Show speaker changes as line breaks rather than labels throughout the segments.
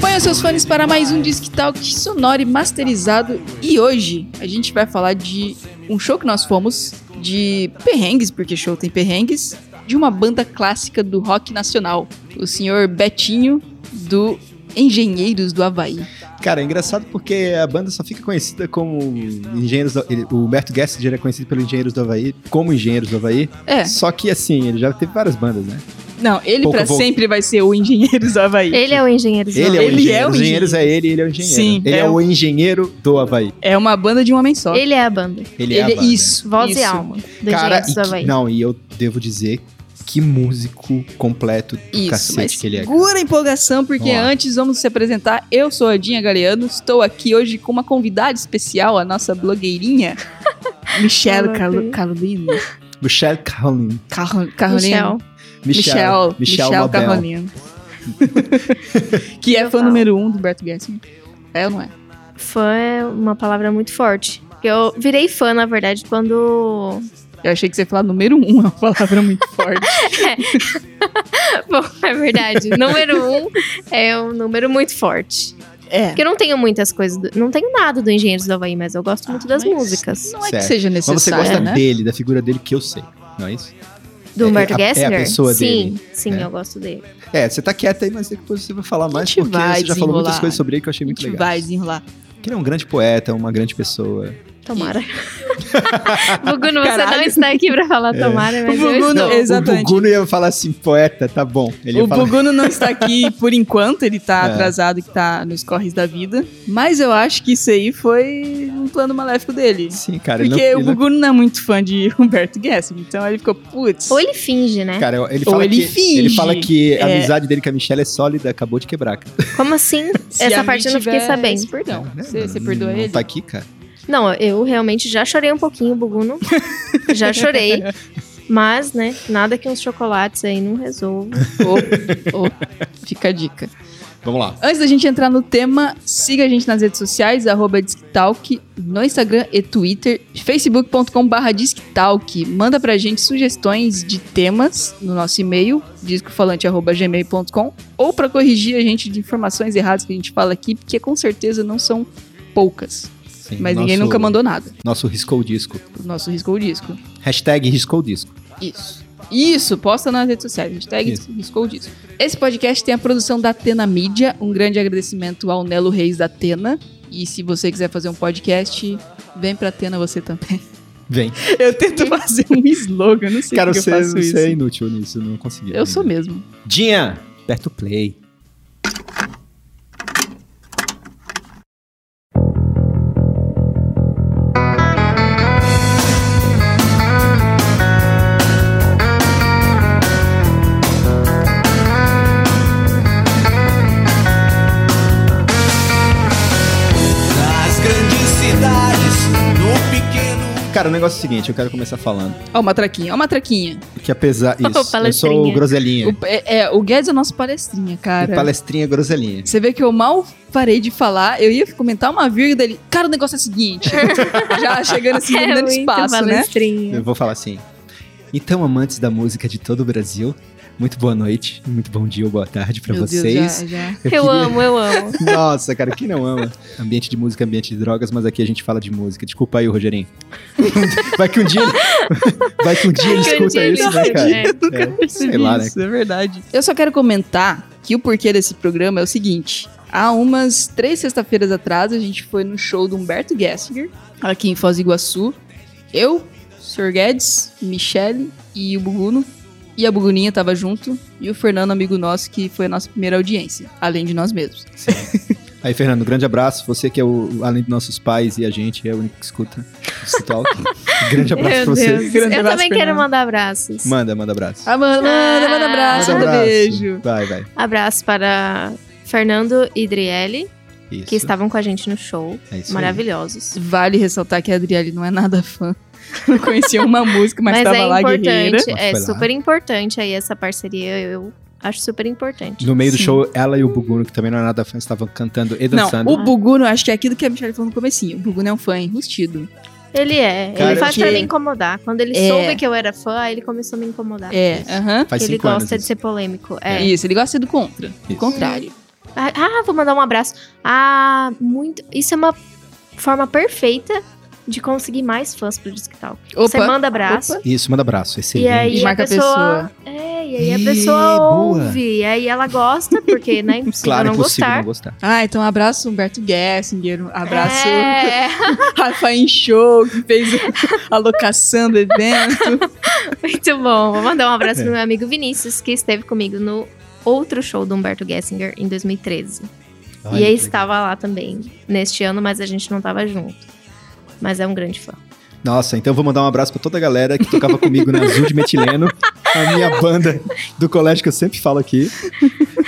Ponha seus fones para mais um Disque Talk sonoro e masterizado. E hoje a gente vai falar de um show que nós fomos, de perrengues, porque show tem perrengues, de uma banda clássica do rock nacional, o senhor Betinho do Engenheiros do Havaí.
Cara, é engraçado porque a banda só fica conhecida como Engenheiros do... ele- O Humberto Gessinger era conhecido pelo Engenheiros do Havaí, como Engenheiros do Havaí.
É.
Só que assim, ele já teve várias bandas, né?
Não, ele
Pouco
pra
vou-
sempre vai ser o Engenheiros do Havaí.
Ele é o engenheiro.
Ele é o
Ele
engenheiro.
é o
Os engenheiros é ele, ele é o engenheiro.
Sim,
ele é,
é
o engenheiro do Havaí.
É uma banda de um homem só.
Ele é a banda.
Ele, é a banda.
isso,
Voz
isso.
e alma do
Cara,
Engenheiros
e
do Havaí.
que, não, e eu devo dizer que músico completo do
Isso, mas
cacete que ele é.
segura a empolgação, porque
Vamos lá.
antes vamos se apresentar. Eu sou a Dinha Galeano, estou aqui hoje com uma convidada especial, a nossa blogueirinha, Michelle
Ela
Carlo,
tem-
Carolina.
Michel Carlin.
Carro- Carolina.
Michel.
Michel. Michel,
Michel Label.
Carolina. que é fã número um do Berto Gessinger. É ou não é?
Fã é uma palavra muito forte. Eu virei fã, na verdade, quando.
Eu achei que você ia falar número um, é uma palavra muito forte.
Bom, é verdade. número um é um número muito forte.
É.
Porque eu não tenho muitas coisas. do- Não tenho nada do Engenheiros do Havaí, Ah, mas eu gosto muito das
mas
músicas.
Não é que
Certo.
seja
Mas você gosta
necessário, né?
dele, da figura dele que eu sei, não é isso?
Do
É-
Humberto
é a- é a
Gessinger?
pessoa
sim, sim,
né?
eu gosto dele.
É, você tá quieta aí, mas depois você vai falar mais,
gente
porque
vai
você já falou muitas
desenrolar.
coisas sobre ele que eu achei
A
muito
gente
legal.
vai desenrolar.
Que ele é um grande poeta, uma grande pessoa.
Tomara. Buguno, você não
Caralho.
está aqui pra falar
É.
tomara, mas eu
Buguno-
estou.
Não, exatamente.
o Buguno ia falar assim, poeta, tá bom. Ele ia
o
falar...
Buguno não está aqui por enquanto, ele tá
É.
atrasado que tá nos corres da vida. Mas eu acho que isso aí foi um plano maléfico dele.
Sim, assim, cara. ele não-
Porque
ele
o
não-
Buguno não é muito fã de Humberto Gessinger, então ele ficou, putz.
Ou ele finge, né?
Cara, ele
Ou
fala,
ele
que,
finge.
ele fala que a
É.
amizade dele com a Michelle é sólida, acabou de quebrar. cara.
Como assim?
se a
Essa
Mi
parte eu não fiquei
tivesse-
sabendo.
Perdão,
Né,
você,
mano?
você perdoa
não
ele?
tá aqui, cara.
Não, eu realmente já chorei um pouquinho, Buguno. já chorei. Mas, né, nada que uns chocolates aí não resolva.
Ô, ô, fica a dica.
Vamos lá.
Antes da gente entrar no tema, siga a gente nas redes sociais, arroba Disquetalk, no Instagram e Twitter, facebook.com barra Disquetalk. Manda pra gente sugestões de temas no nosso e-mail, discofalante.gmail.com, ou pra corrigir a gente de informações erradas que a gente fala aqui, porque com certeza não são poucas.
Sim,
Mas ninguém
nosso-
nunca mandou nada.
Nosso riscou o disco.
O nosso riscou o disco.
Hashtag riscou o disco.
Isso. Isso, posta nas redes sociais. Hashtag
Isso.
riscou disso. Esse podcast tem a produção da Atena Mídia. Um grande agradecimento ao Nelo Reis da Atena. E se você quiser fazer um podcast, vem pra Atena você também.
Vem.
Eu tento fazer um slogan, não sei
Cara,
porque
você,
eu faço
você
isso.
é inútil nisso, não consegui.
Eu sou mesmo.
Dinha, aperta o play.
Nas grandes cidades, no pequeno.
Cara, o negócio é o seguinte, eu quero começar falando.
Ó, uma traquinha, ó, uma traquinha.
Que apesar.
Ô,
Isso, eu
palestrinha.
sou o groselinha.
O, é, é, o Guedes é o nosso palestrinha,
E
cara.
palestrinha groselinha.
Você vê que eu mal parei de falar, eu ia comentar uma vírgula dele. Cara, o negócio é o seguinte. já chegando assim,
É
dando
muito
espaço, né?
palestrinha.
Eu vou falar assim. Então, amantes da música de todo o Brasil, muito boa noite, muito bom dia ou boa tarde pra
Meu Deus,
vocês.
já- já.
Eu,
queria-
amo, eu amo.
Nossa, cara, quem não ama? Ambiente de música, ambiente de drogas, mas aqui a gente fala de música. Desculpa aí, Rogerinho. Vai que um dia ele, Vai que um dia ele
Que um
escuta
dia ele
isso, né,
escuta,
cara?
né?
Eu nunca
É,
percebi
sei lá, né?
isso, é verdade. Eu só quero comentar que o porquê desse programa é o seguinte. Há umas três sexta-feiras atrás, a gente foi no show do Humberto Gessinger, aqui em Foz do Iguaçu. Eu, o Sr. Guedes, Michele e o Buguno. E a Buguninha tava junto. E o Fernando, amigo nosso, que foi a nossa primeira audiência. Além de nós mesmos.
Aí, Fernando, grande abraço. Você que é o, além dos nossos pais e a gente, é o único que escuta esse talk. grande abraço
É. Meu
pra você.
Deus.
Grande
Eu
abraço,
também
Fernanda.
quero mandar abraços.
Manda, manda abraço.
Ah, manda, manda, manda abraço,
manda um
manda beijo.
Vai, vai.
Abraço para Fernando e Drielli,
Isso.
que estavam com a gente no show.
É isso aí.
Maravilhosos.
Vale ressaltar que a Adriele não é nada fã. Não conhecia uma música, mas,
Mas,
tava
é
lá guerreira.
importante,
Mas
é
foi lá.
super importante aí essa parceria. Eu acho super importante.
No meio do
Sim.
show, ela e o Buguno, que também não é nada fã, estavam cantando e
Não,
dançando.
o Buguno, acho que é aquilo que a Michelle falou no comecinho. O Buguno é um fã enrustido.
Ele é.
Cara,
ele faz
que-
pra me incomodar. Quando ele
É.
soube que eu era fã, aí ele começou a me incomodar.
É, aham.
Faz
ele
cinco anos.
gosta de ser polêmico. É.
Isso, ele gosta de ser do contra. Do
Isso.
contrário.
Ah, ah, vou mandar um abraço. Ah, muito. Isso é uma forma perfeita de conseguir mais fãs pro Disc Talk.
Opa.
Você manda abraço.
Opa.
Isso, manda abraço.
E
Excelente.
aí
Marca a
a pessoa. É, e aí a
Ih,
pessoa
boa.
ouve. E aí ela gosta, porque né, é impossível
claro,
não
impossível
gostar.
não gostar.
Ah, então abraço Humberto Gessinger, um abraço
É,
Rafa Show, que fez a locação do evento.
muito bom. Vou mandar um abraço
É.
pro meu amigo Vinícius, que esteve comigo no outro show do Humberto Gessinger em 2013.
Olha
e aí
que legal.
estava lá também neste ano, mas a gente não tava junto. Mas é um grande fã.
Nossa, então vou mandar um abraço pra toda a galera que tocava comigo na Azul de Metileno, a minha banda do colégio que eu sempre falo aqui,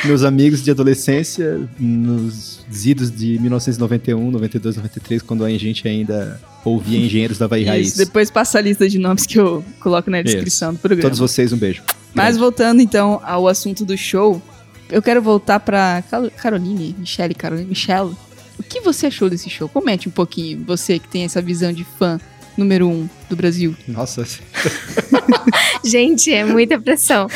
meus amigos de adolescência, nos idos de 1991, 92, 93, quando a gente ainda ouvia Engenheiros da Vai Raiz.
Isso, depois passa a lista de nomes que eu coloco na
Isso.
descrição do programa.
Todos vocês, um beijo.
É.
Mas voltando então ao assunto do show, eu quero voltar pra Cal- Caroline, Michele, Caroline, Michelle. O que você achou desse show? Comente um pouquinho, você que tem essa visão de fã número um do Brasil.
Nossa,
Gente, é muita pressão.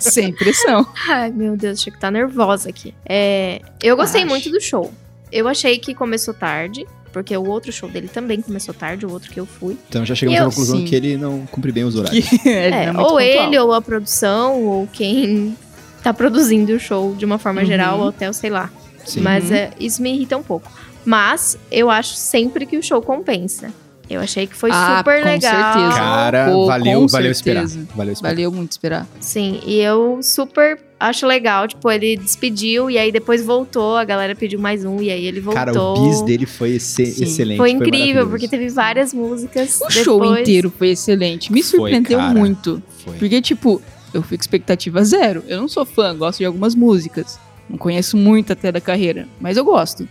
Sem pressão.
Ai, meu Deus, achei que tá nervosa aqui. É, eu gostei
Acho.
muito do show. Eu achei que começou tarde, porque o outro show dele também começou tarde, o outro que eu fui.
então já chegamos
Eu-
à conclusão
sim.
que ele não cumpre bem os horários.
Ele é
É,
muito
ou
pontual.
ele, ou a produção, ou quem tá produzindo o show de uma forma
Uhum.
geral, ou até, o sei lá.
Sim.
Mas
Uhum.
é, isso me irrita um pouco. Mas eu acho sempre que o show compensa. Eu achei que foi
Ah,
super
com
legal.
certeza.
Cara,
Com-
valeu,
com
valeu esperar.
certeza.
Valeu esperar.
Valeu muito esperar.
Sim, e eu super acho legal. Tipo, ele despediu e aí depois voltou, a galera pediu mais um e aí ele voltou.
Cara, o bis dele foi exce-
Sim.
excelente.
Foi incrível,
maravilhoso.
porque teve várias músicas.
O show
depois.
inteiro foi excelente. Me
Foi,
surpreendeu
cara.
muito.
Foi.
Porque, tipo, eu fui com expectativa zero. Eu não sou fã, gosto de algumas músicas. Não conheço muito até da carreira, mas eu gosto.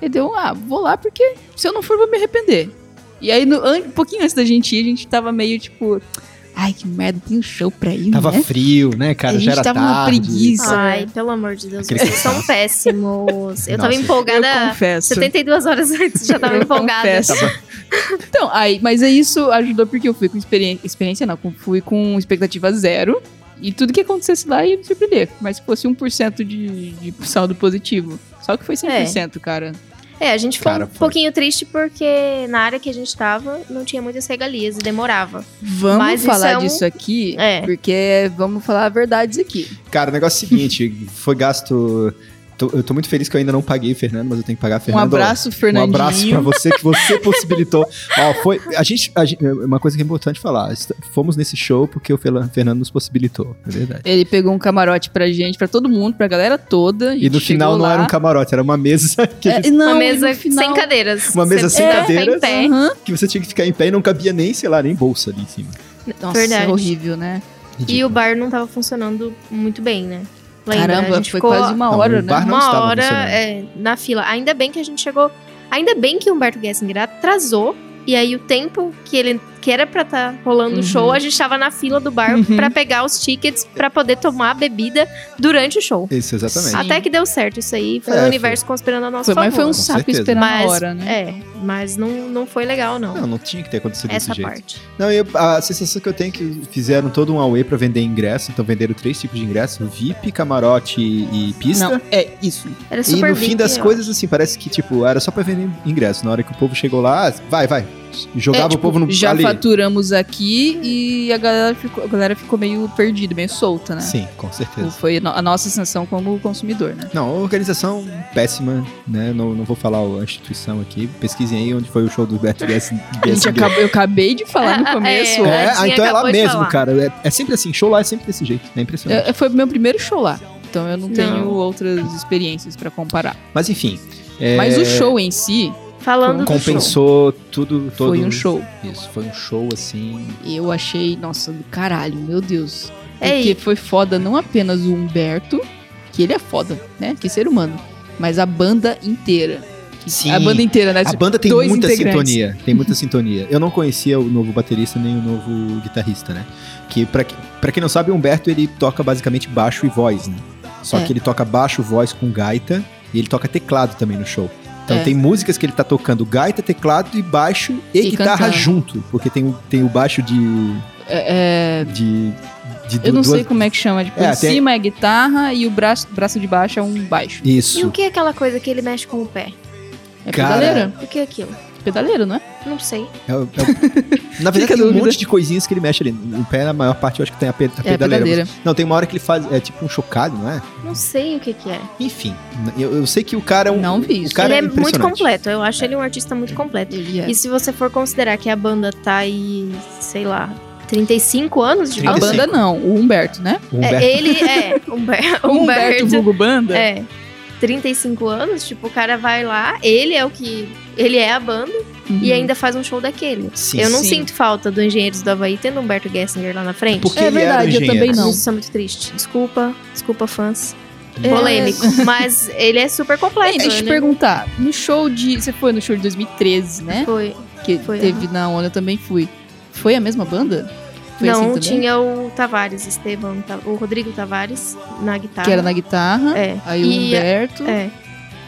E deu, ah, vou lá porque se eu não for, vou me arrepender. E aí, no- an- um pouquinho antes da gente ir, a gente tava meio tipo, ai, que merda, tem um show pra ir,
Tava
né?
frio, né, cara?
A gente
já era
tava numa
tarde.
preguiça.
Ai, pelo amor de Deus,
Aquele
vocês são
cansaço.
péssimos. Eu tava
Nossa.
eu
empolgada
confesso.
72 horas antes, já tava
Eu
empolgada.
confesso. Então, aí, mas é isso ajudou porque eu fui com experiência, experiência não, com- fui com expectativa zero. E tudo que acontecesse lá ia me surpreender. Mas se fosse 1% de, de saldo positivo. Só que foi 100%, cara.
É, a gente ficou
Cara,
um
foi.
pouquinho triste porque na área que a gente tava não tinha muitas regalias e demorava.
Vamos
Mas isso
falar
é um-
disso aqui,
É.
porque vamos falar verdades aqui.
Cara, o negócio é o seguinte, foi gasto... tô- eu tô muito feliz que eu ainda não paguei, Fernando, mas eu tenho que pagar, Fernando.
um abraço,
Um
Fernandinho.
abraço pra você que você possibilitou. Ó, foi. A gente, a gente- Uma coisa que é importante falar. est- Fomos nesse show porque o Fel- Fernando nos possibilitou. É verdade.
Ele pegou um camarote pra gente, pra todo mundo, pra galera toda. a
E
gente
no final
chegou
não
lá.
era um camarote, era uma mesa que,
É, não,
uma
e
mesa
no final...
sem cadeiras.
Uma mesa
Você
sem
precisava ficar
cadeiras.
Em pé.
Aham.
que você tinha que ficar em pé e não cabia nem, sei lá, nem bolsa ali em cima.
Nossa,
Verdade.
horrível, né?
Ridículo.
E o bar não tava funcionando muito bem, né? Lembra? a
Caramba,
gente
foi
ficou
quase uma
Não, um
hora, né?
o bar não
uma
estava
hora
funcionando.
é, na fila. Ainda bem que a gente chegou. Ainda bem que o Humberto Gessinger atrasou. E aí o tempo que ele que era pra estar rolando o
Uhum.
show, a gente tava na fila do bar
Uhum.
pra pegar os tickets pra poder tomar a bebida durante o show.
Isso, exatamente.
Sim.
Até que deu certo isso aí. Foi
É,
o
foi.
universo conspirando a nossa
Foi, mas foi um
Com
saco
certeza.
esperar
Mas,
uma hora, né?
É, mas não, não foi legal, não.
Não, não tinha que ter acontecido
Essa
desse jeito.
parte.
Não, e a sensação que eu tenho é que fizeram todo um away pra vender ingresso, então venderam três tipos de ingresso, VIP, camarote e, e pista.
Não, é isso.
Era
E
super
no fim
VIP,
das
ó.
coisas, assim, parece que, tipo, era só pra vender ingresso. Na hora que o povo chegou lá, ah, vai, vai. Jogava
É, tipo,
o povo no
Já
ali.
faturamos aqui e a galera ficou, a galera ficou meio perdida, meio solta, né?
Sim, com certeza.
Foi no- a nossa sensação como consumidor, né?
Não, organização péssima, né? Não, não vou falar a instituição aqui. Pesquisem aí onde foi o show do Beto Gessing.
A gente acabou, eu acabei de falar no
Ah, ah,
começo.
É,
é.
ah,
Tadinha,
então é lá
acabou de
mesmo,
falar.
cara. É, é sempre assim, show lá é sempre desse jeito. É impressionante.
É, Foi o meu primeiro show lá. Então eu não,
Não.
tenho outras experiências pra comparar.
Mas enfim. é,
Mas o show em si
Falando do show.
compensou tudo, todo.
foi um show.
Isso, foi um show assim.
Eu achei, nossa, do caralho, meu Deus.
É,
Porque
e
foi foda não apenas o Humberto, que ele é foda, né? Que ser humano. Mas a banda inteira. Que-
Sim.
A banda inteira, né?
A banda tem
dois
muita
integrantes.
sintonia. Tem muita sintonia. Eu não conhecia o novo baterista nem o novo guitarrista, né? Que pra, que- pra quem não sabe, o Humberto ele toca basicamente baixo e voz, né? Só
É.
que ele toca baixo, voz com gaita e ele toca teclado também no show. Então
É.
tem músicas que ele tá tocando gaita, teclado e baixo e,
E
guitarra
cantando.
junto. Porque tem o, tem o baixo de.
É, é,
de de du-
Eu não
duas-
sei como é que chama. Tipo,
É,
em
tem-
cima é guitarra e o braço, braço de baixo é um baixo.
E
Isso.
o que é aquela coisa que ele mexe com o pé?
É
Cara.
pedaleira?
O que é aquilo?
Pedaleira, não é?
Não sei.
É o- é o- Na verdade,
Fica a
tem um
dúvida.
monte de coisinhas que ele mexe ali. O pé, na maior parte, eu acho que tem a, pe- a
É a
pedaleira.
pedaleira.
mas- Não, tem uma hora que ele faz. É tipo um chocalho, não é?
Não sei o que que é.
Enfim, eu, eu sei que o cara é um.
Não vi
O
isso.
cara
ele é muito
impressionante.
completo. Eu acho ele um artista muito completo.
Ele é.
E se você for considerar que a banda tá aí, sei lá, 35 anos de
A
35.
banda não, o Humberto, né?
O
É,
Humberto,
ele é. Humberto.
Humberto
Humberto
Vulgo Banda?
é. 35 anos, tipo, o cara vai lá, ele é o que. Ele é a banda
Uhum.
e ainda faz um show daquele.
sim,
eu não
sim.
sinto falta do Engenheiros do Havaí tendo Humberto Gessinger lá na frente.
Porque
É
ele era um
verdade, eu também
engenheiro.
não.
Isso é muito triste. Desculpa, desculpa, fãs.
É.
Polêmico. Mas ele é super completo.
Ei, deixa eu te
né?
perguntar. No show de. Você foi no show de 2013, né?
Foi.
Que
Foi,
teve na onda, eu também fui. Foi a mesma banda? Foi
não,
assim também?
tinha o Tavares, Esteban, Ta- o Rodrigo Tavares na guitarra.
Que era na guitarra.
É.
Aí o
E-
Humberto.
É.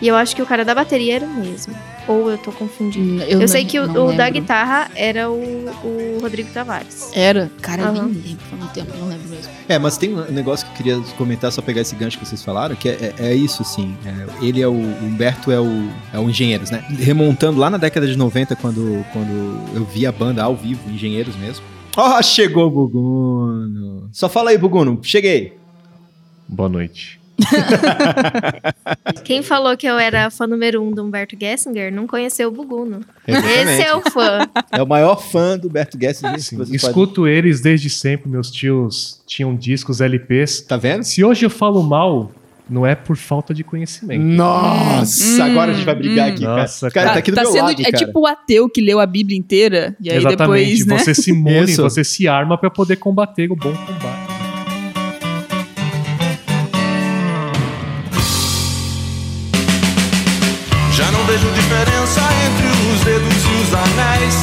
E eu acho que o cara da bateria era o mesmo. Ou eu tô confundindo.
N-
Eu,
não-
sei que o,
não
o da
lembro.
guitarra era o, o Rodrigo Tavares.
Era. Cara, eu
Aham.
nem lembro. Faz muito tempo, não lembro mesmo.
É, mas tem um negócio que eu queria comentar, só pegar esse gancho que vocês falaram, que é, é- é isso, assim. é, ele é o. o Humberto é o, é o Engenheiros, né? Remontando lá na década de 90, quando, quando eu vi a banda ao vivo, Engenheiros mesmo. Ó, chegou o Buguno! Só fala aí, Buguno, cheguei!
Boa noite.
Quem falou que eu era fã número um do Humberto Gessinger não conheceu o Buguno.
Exatamente.
Esse é o fã.
É o maior fã do Humberto Guedes.
Sim, Assim, escuto eles desde sempre. Meus tios tinham discos LPs.
Tá vendo?
Se hoje eu falo mal, não é por falta de conhecimento.
Hum,
Nossa, agora a gente vai brigar
hum.
aqui, cara.
Nossa,
cara.
cara.
tá aqui do meu lado,
É
cara.
tipo o ateu que leu a Bíblia inteira. E aí
Exatamente.
depois, né?
Você se mune,
Isso.
você se arma pra poder combater o bom combate.
Já não vejo diferença entre os dedos e os anéis.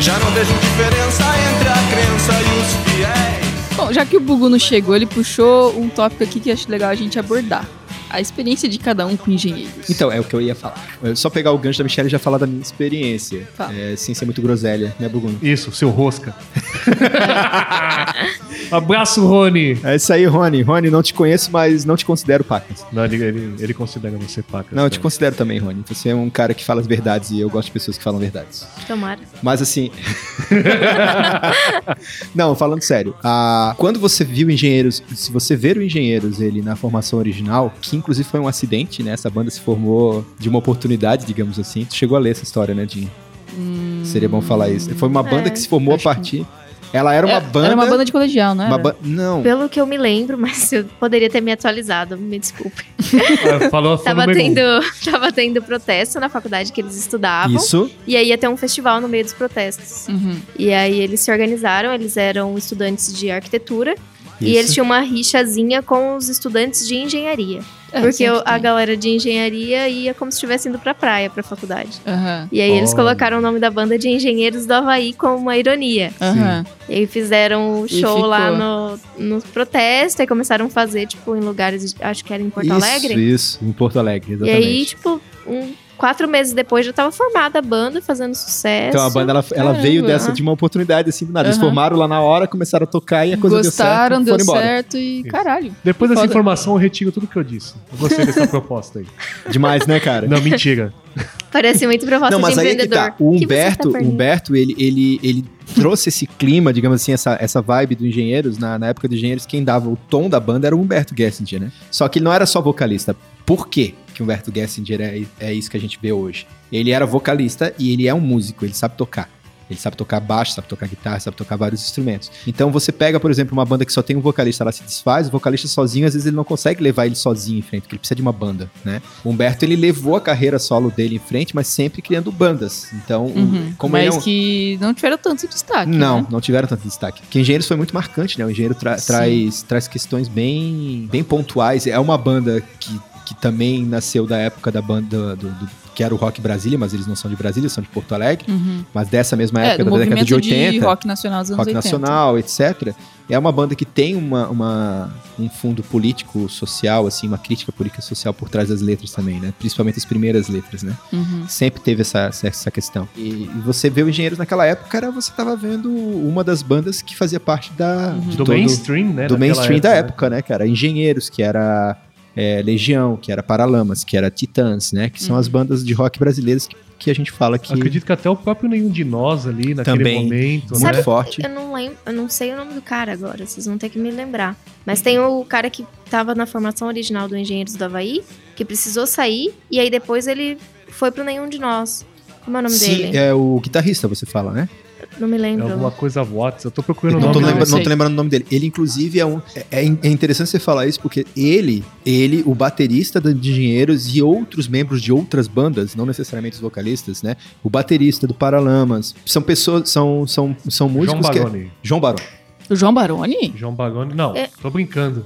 Já não vejo diferença entre a crença e os fiéis.
Bom, já que o Buguno chegou, ele puxou um tópico aqui que eu acho legal a gente abordar. A experiência de cada um com engenheiros.
Então, é o que eu ia falar. Eu só pegar o gancho da Michelle e já falar da minha experiência.
Fala.
É, sem ser muito groselha, né, Buguno?
Isso, seu rosca. Abraço, Rony.
É isso aí, Rony. Rony, não te conheço, mas não te considero pacas.
Não, ele, ele, ele considera você paca.
Não, eu te
cara.
considero também, Rony. Você é um cara que fala as verdades e eu gosto de pessoas que falam verdades.
Tomara.
Mas assim. não, falando sério. a- Quando você viu Engenheiros, se você ver o Engenheiros ele na formação original, que inclusive foi um acidente, né? Essa banda se formou de uma oportunidade, digamos assim. Tu chegou a ler essa história, né, Dinho?
Hum,
Seria bom falar isso. Foi uma banda
É,
que se formou a
acho que- É,
partir. Ela era uma banda.
Era uma banda né? de colegial, não era?
uma ba- Não.
Pelo que eu me lembro, mas eu poderia ter me atualizado, me desculpe.
Ah, Falou, falou
Tava
número um.
tendo, tava tendo protesto na faculdade que eles estudavam.
Isso.
E aí ia ter um festival no meio dos protestos.
Uhum.
E aí eles se organizaram, eles eram estudantes de arquitetura. E
isso.
eles tinham uma rixazinha com os estudantes de engenharia. porque
É, sempre
o- a
tem.
galera de engenharia ia como se estivesse indo pra praia, pra faculdade.
Aham.
E aí eles
Olha.
colocaram o nome da banda de Engenheiros do Havaí como uma ironia.
Aham.
E aí fizeram o
E
show lá
ficou.
no, no protesto e começaram a fazer, tipo, em lugares, acho que era em Porto Alegre.
Isso, em Porto Alegre,
E
exatamente.
aí, tipo, um- quatro meses depois já tava formada a banda, fazendo sucesso.
Então a banda ela, ela
Caramba.
veio dessa de uma oportunidade assim do nada. Eles
Aham.
formaram lá na hora, começaram a tocar e a coisa
Gostaram,
deu certo.
deu
foram embora.
certo e
Isso.
caralho.
Depois dessa
Foda.
informação, eu retiro tudo que eu disse. Eu gostei dessa proposta aí.
Demais, né, cara?
Não, mentira.
Parece muito proposta
Não, mas
de
aí é que
empreendedor.
tá. O
que você
Humberto,
tá
o Humberto ele, ele, ele trouxe esse clima, digamos assim, essa, essa vibe do Engenheiros. Na, na época do Engenheiros, quem dava o tom da banda era o Humberto Gessinger, né? Só que ele não era só vocalista. Por quê que o Humberto Gessinger é, é isso que a gente vê hoje? Ele era vocalista e ele é um músico, ele sabe tocar. Ele sabe tocar baixo, sabe tocar guitarra, sabe tocar vários instrumentos. Então você pega, por exemplo, uma banda que só tem um vocalista, ela se desfaz, o vocalista sozinho, às vezes ele não consegue levar ele sozinho em frente, porque ele precisa de uma banda, né? O Humberto, ele levou a carreira solo dele em frente, mas sempre criando bandas. Então, o-
Uhum.
como
Mas
ele é um...
que não tiveram tanto destaque.
Não,
né?
não tiveram tanto destaque. Porque Engenheiros foi muito marcante, né? O Engenheiro tra-
Sim.
traz, traz questões bem, bem pontuais. É uma banda que que também nasceu da época da banda do, do- que era o Rock Brasília, mas eles não são de Brasília, são de Porto Alegre.
Uhum.
Mas dessa mesma
É,
época,
do
da década
movimento
de
de,
80, rock,
rock nacional dos anos 80.
nacional, etc. É uma banda que tem uma, uma- um fundo político, social, assim, uma crítica política e social por trás das letras também, né? Principalmente as primeiras letras, né?
Uhum.
Sempre teve essa, essa- essa questão. E, e você vê o Engenheiros naquela época, era, você tava vendo uma das bandas que fazia parte da,
Uhum.
de
Do
todo-
mainstream, né?
do
daquela
mainstream da
né?
época, né, cara? Engenheiros, que era é, Legião, que era Paralamas, que era Titãs, né? Que são
Uhum.
as bandas de rock brasileiras que, que a gente fala que
Acredito que até o próprio nenhum de nós ali naquele
Também.
momento,
muito
né?
Sabe- é
forte.
Eu não lembro, eu não sei o nome do cara agora, vocês vão ter que me lembrar.
Uhum.
Mas tem o cara que tava na formação original do Engenheiros do Havaí, que precisou sair, e aí depois ele foi pro nenhum de nós. Como é o nome
Sim,
dele?
é o guitarrista, você fala, né?
Não me
É
lembro.
alguma coisa Watts. Eu tô
Eu
procurando o
não, tô
nome.
lembra-
eu
dele.
não
sei.
tô lembrando o nome dele. Ele, inclusive, é um. é- É, in- é interessante você falar isso, porque ele, ele, o baterista da- de Engenheiros e outros membros de outras bandas, não necessariamente os vocalistas, né? O baterista do Paralamas. São pessoas. São, são, são
João
músicos que.
Baroni.
João Barão.
O João Baroni?
João Baroni, não,
É.
tô brincando.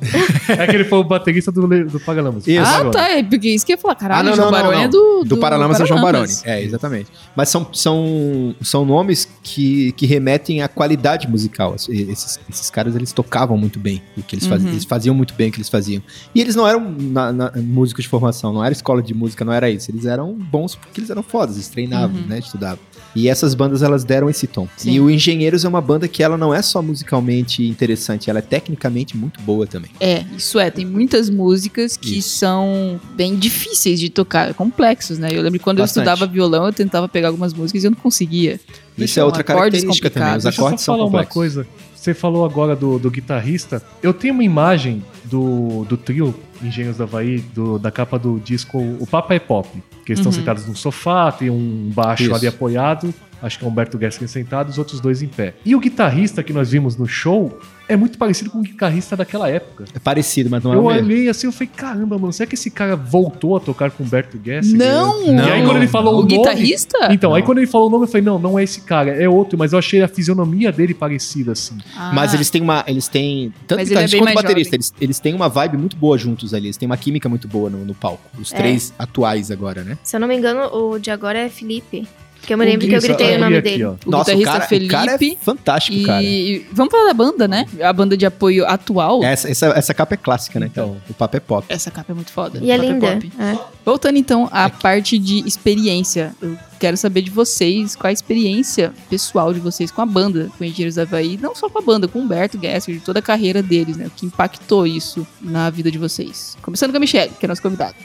é que ele foi o baterista do, Le- do Paralamas.
Isso.
João
Ah,
Baroni.
tá. É porque isso que eu ia falar. Caralho,
Ah, não,
João
não, não,
Baroni
não.
é do.
Do Paralamas é João Baroni.
Paralamas.
É, exatamente. Mas são, são, são nomes que, que remetem à qualidade musical. Es- Esses, esses caras, eles tocavam muito bem o que eles faziam.
Uhum.
Eles faziam muito bem o que eles faziam. E eles não eram na- na- músicos de formação, não era escola de música, não era isso. Eles eram bons porque eles eram fodas, eles treinavam,
Uhum.
né, estudavam. E essas bandas, elas deram esse tom.
Sim.
E o Engenheiros é uma banda que ela não é só musicalmente interessante, ela é tecnicamente muito boa também.
É, isso é. Tem muitas músicas que são bem difíceis de tocar, complexos, né? Eu lembro que quando
Bastante.
eu estudava violão, eu tentava pegar algumas músicas e eu não conseguia. um
Isso é
São
outra
acordes
característica também,
complicados.
os
Deixa eu
acordes
só
são
falar uma
complexos.
coisa. Você falou agora do, do guitarrista. Eu tenho uma imagem do, do trio Engenhos da Havaí, do- da capa do disco O Papa é Pop. Que eles estão
Uhum.
sentados num sofá, tem um baixo
Isso.
ali apoiado. Acho que é Humberto Gessinger sentado, os outros dois em pé. E o guitarrista que nós vimos no show é muito parecido com o guitarrista daquela época.
É parecido, mas não é
eu
o mesmo.
olhei assim, eu falei, caramba, mano, será que esse cara voltou a tocar com Humberto Gessinger?
Não!
E aí quando ele falou
O
nome-
guitarrista?
Então, aí
Não.
quando ele falou o nome, eu falei, não, não é esse cara, é outro, mas eu achei a fisionomia dele parecida, assim.
Ah,
Mas eles têm uma. Eles têm. Tanto
Mas ele é
guitarrista
bem
quanto
mais
baterista,
jovem.
eles, eles têm uma vibe muito boa juntos ali. Eles têm uma química muito boa no, no palco. Os
É.
três atuais agora, né?
Se eu não me engano, o de agora é Felipe. Que eu
Um
me
O
lembro que eu
Gris,
gritei
olha
o nome
aqui,
dele.
ó.
O guitarrista
o cara
Felipe.
é fantástico,
E,
cara.
e vamos falar da banda, né? A banda de apoio atual.
Essa, essa, essa capa é clássica, né, cara? O papo é pop.
Essa capa é muito foda.
E é
Capa
linda.
pop.
É.
Voltando então à parte de experiência, eu quero saber de vocês qual a experiência pessoal de vocês com a banda, com Engenheiros da Havaí, não só com a banda, com o Humberto Gessler, de toda a carreira deles, né? O que impactou isso na vida de vocês. Começando com a Michelle, que é nosso convidado.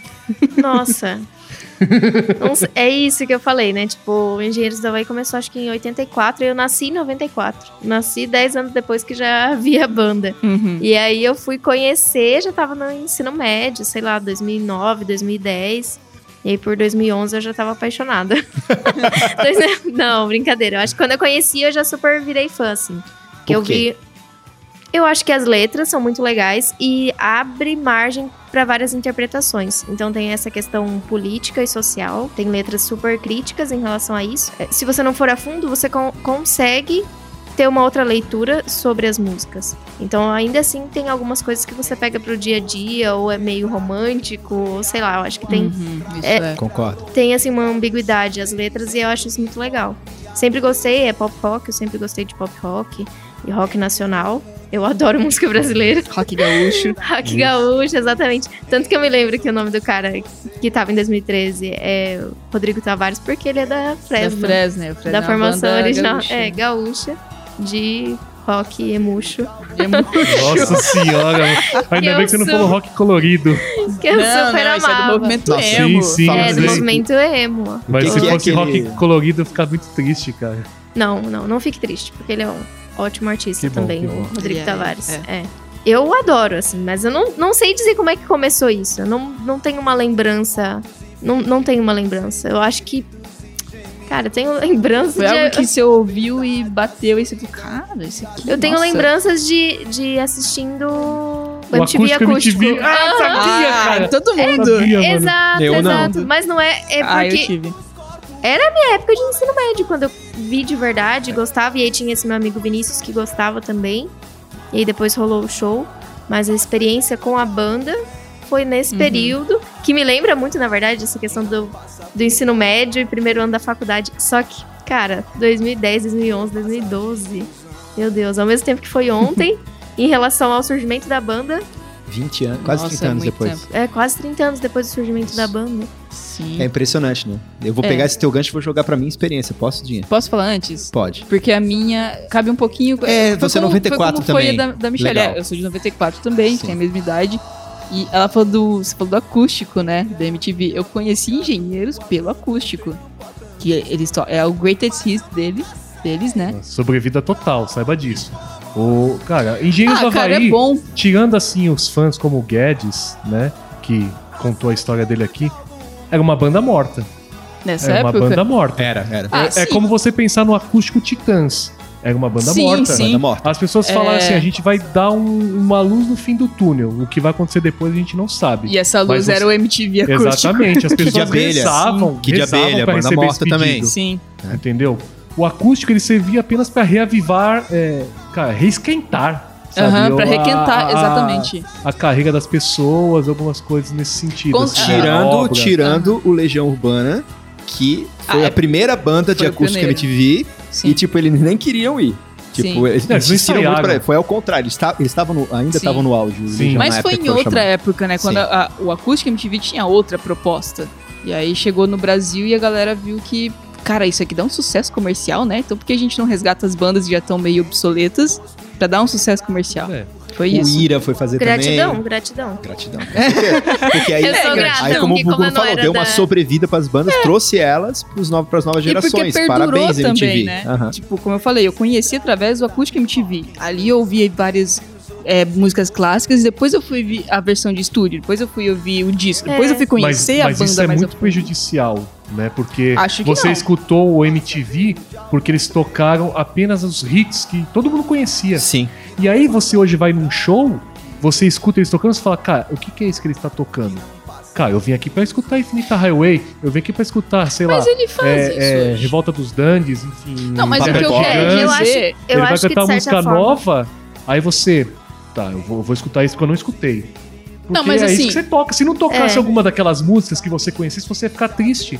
Nossa. Não sei- é isso que eu falei, né? Tipo, o Engenheiros da Havaí começou acho que em 84 e eu nasci em 94. Nasci 10 anos depois que já havia a banda. E aí eu fui conhecer, já tava no ensino médio, sei lá, 2009, 2010. E aí por 2011 eu já tava apaixonada. Dois- Não, brincadeira. Eu acho que quando eu conheci eu já super virei fã, assim. Que
Por
eu vi. Eu acho que as letras são muito legais e abre margem para várias interpretações. Então tem essa questão política e social, tem letras super críticas em relação a isso. Eh, Se você não for a fundo, você con- consegue ter uma outra leitura sobre as músicas. Então, ainda assim, tem algumas coisas que você pega pro dia a dia, ou é meio romântico, ou sei lá, eu acho que tem,
Uhum, isso
É-
é.
Concordo.
tem assim, uma ambiguidade as letras, e eu acho isso muito legal. Sempre gostei, é pop rock, eu sempre gostei de pop rock e rock nacional. Eu adoro música brasileira.
Rock gaúcho.
Rock Gaúcho, exatamente. Tanto que eu me lembro que o nome do cara que tava em 2013 é Rodrigo Tavares, porque ele é da Fresno.
Da Fresno, o Fresno é
da
uma
formação
banda
original.
gaúcha.
É, gaúcha, de rock emuxo.
É muito-
Nossa senhora, ainda
Eu
bem que você não
sou-
falou rock colorido.
Que eu
não,
super
não, isso é do
amava.
movimento
Nossa,
emo.
sim, sim,
Fala
É, do
sei.
direito.
movimento emo.
Mas
que
se
que é
fosse
aquele-
rock colorido, eu ficava muito triste, cara.
Não, não, não fique triste, porque ele é um ótimo artista
Que bom,
também,
que bom.
o Rodrigo
Ele é,
Tavares.
é.
É. Eu adoro, assim, mas eu não, não sei dizer como é que começou isso. Eu não, não tenho uma lembrança. Não, não tenho uma lembrança. Eu acho que. Cara, eu tenho lembrança
Foi
de.
algo que você ouviu e bateu e você falou, cara, isso aqui.
Eu tenho
nossa.
lembranças de, de assistindo. O
O
MTV
acústico
acústico.
MTV. Ah, sabia,
Ah,
cara.
todo
É,
mundo.
Sabia, mano.
Exato,
Eu não.
exato. Mas não é. É
Ah, eu
porque
tive.
época de ensino médio, quando eu vi de verdade, gostava, e aí tinha esse meu amigo Vinícius que gostava também. E aí depois rolou o show. Mas a experiência com a banda foi nesse
Uhum.
período, que me lembra muito, na verdade, essa questão do, do ensino médio e primeiro ano da faculdade. Só que, cara, 2010, 2011, 2012. Meu Deus, ao mesmo tempo que foi ontem, em relação ao surgimento da banda,
20 anos, quase
Nossa,
30 anos
muito
depois.
tempo.
é quase 30 anos depois do surgimento da banda.
Sim.
É impressionante, né? Eu vou
É.
pegar esse teu gancho e vou jogar pra minha experiência. Posso, Dinha?
Posso falar antes?
Pode.
Porque a minha cabe um pouquinho.
É,
foi
você é
como-
94
foi como
também.
Foi a da, da Michelle.
Legal.
É, eu sou de 94 também,
Sim.
tem a mesma idade. E ela falou do. Você falou do acústico, né? Da MTV. Eu conheci engenheiros pelo acústico. Que eles to- é o greatest hits deles, deles, né?
Sobrevida total, saiba disso. O, cara, Engenhos da
ah, cara,
Havaí,
é bom.
tirando assim os fãs como o Guedes, né? Que contou a história dele aqui, era uma banda morta.
Nessa
é
Era É uma
época.
banda morta.
Era, era.
Ah,
é, é
sim.
como você pensar no acústico Titãs. Era uma banda
Sim,
morta. né?
sim.
Banda morta.
As pessoas falaram
É.
assim: a gente vai dar um- uma luz no fim do túnel. O que vai acontecer depois a gente não sabe.
E essa luz
Mas
era o MTV acústico.
Exatamente, as
de
pessoas
abelha.
rezavam,
Kid de
rezavam
abelha,
pra
banda
receber
morta
esse pedido,
também. É.
Sim.
Entendeu? O acústico ele servia apenas pra reavivar, é, cara, reesquentar. sabe?
Aham,
Eu-
pra
a-
requentar,
a-
exatamente.
A carreira das pessoas, algumas coisas nesse sentido.
Com-
assim, a
Tirando,
obra. né?
tirando o Legião Urbana, que foi
Ah,
a primeira banda de
foi o
acústica
pioneiro.
MTV.
Sim.
E, tipo, eles nem queriam ir.
Sim.
Tipo, eles,
Não, eles
eles insistiram
ensaiaram.
muito pra Foi ao contrário, eles, ta- eles estavam no- ainda
Sim.
estavam no áudio. o
Sim.
Legião,
Mas
na
foi
época,
em
que foram
outra
chamados.
época, né? Quando
Sim.
a- a- o Acústica MTV tinha outra proposta. E aí chegou no Brasil e a galera viu que, cara, isso aqui dá um sucesso comercial, né? Então por que a gente não resgata as bandas que já estão meio obsoletas pra dar um sucesso comercial?
É.
Foi
O
isso.
Ira foi fazer
Gratidão,
também.
gratidão.
Gratidão. com certeza. Porque aí,
Eu sou
aí,
grata,
como o
porque como eu
Gugu
não
falou,
era
deu uma
da-
sobrevida pras bandas, trouxe elas pros novos, pras novas
É. E porque
gerações.
perdurou
Parabéns,
também,
MTV.
né?
Aham.
Tipo, como eu falei, eu conheci através do Acústica MTV. Ali eu ouvi várias é, músicas clássicas, depois eu fui ouvir a versão de estúdio, depois eu fui ouvir o disco,
É.
depois eu fui
Mas,
conhecer
mas
a banda
isso é
mais a
muito
fundo.
prejudicial, né? Porque
Acho que
você
não.
escutou o MTV porque eles tocaram apenas os hits que todo mundo conhecia.
Sim.
E aí você hoje vai num show, você escuta eles tocando, você fala, cara, o que, que é isso que ele está tocando? Cara, eu vim aqui pra escutar Infinita Highway, eu vim aqui pra escutar, sei
Mas
lá,
ele faz isso.
é, é,
hoje.
Revolta dos Dandes, enfim.
Não, mas o que eu
Papel
quero
Gigantes.
É, Eu acho-
dizer... é
Eu
ele vai
acho que
cantar
de
uma
certa
música
forma.
nova, aí você, tá, eu vou, eu vou escutar isso que eu não escutei. Porque
Não, mas
é
assim-
isso que você toca. Se não tocasse
É.
alguma daquelas músicas que você conhecesse, você ia ficar triste.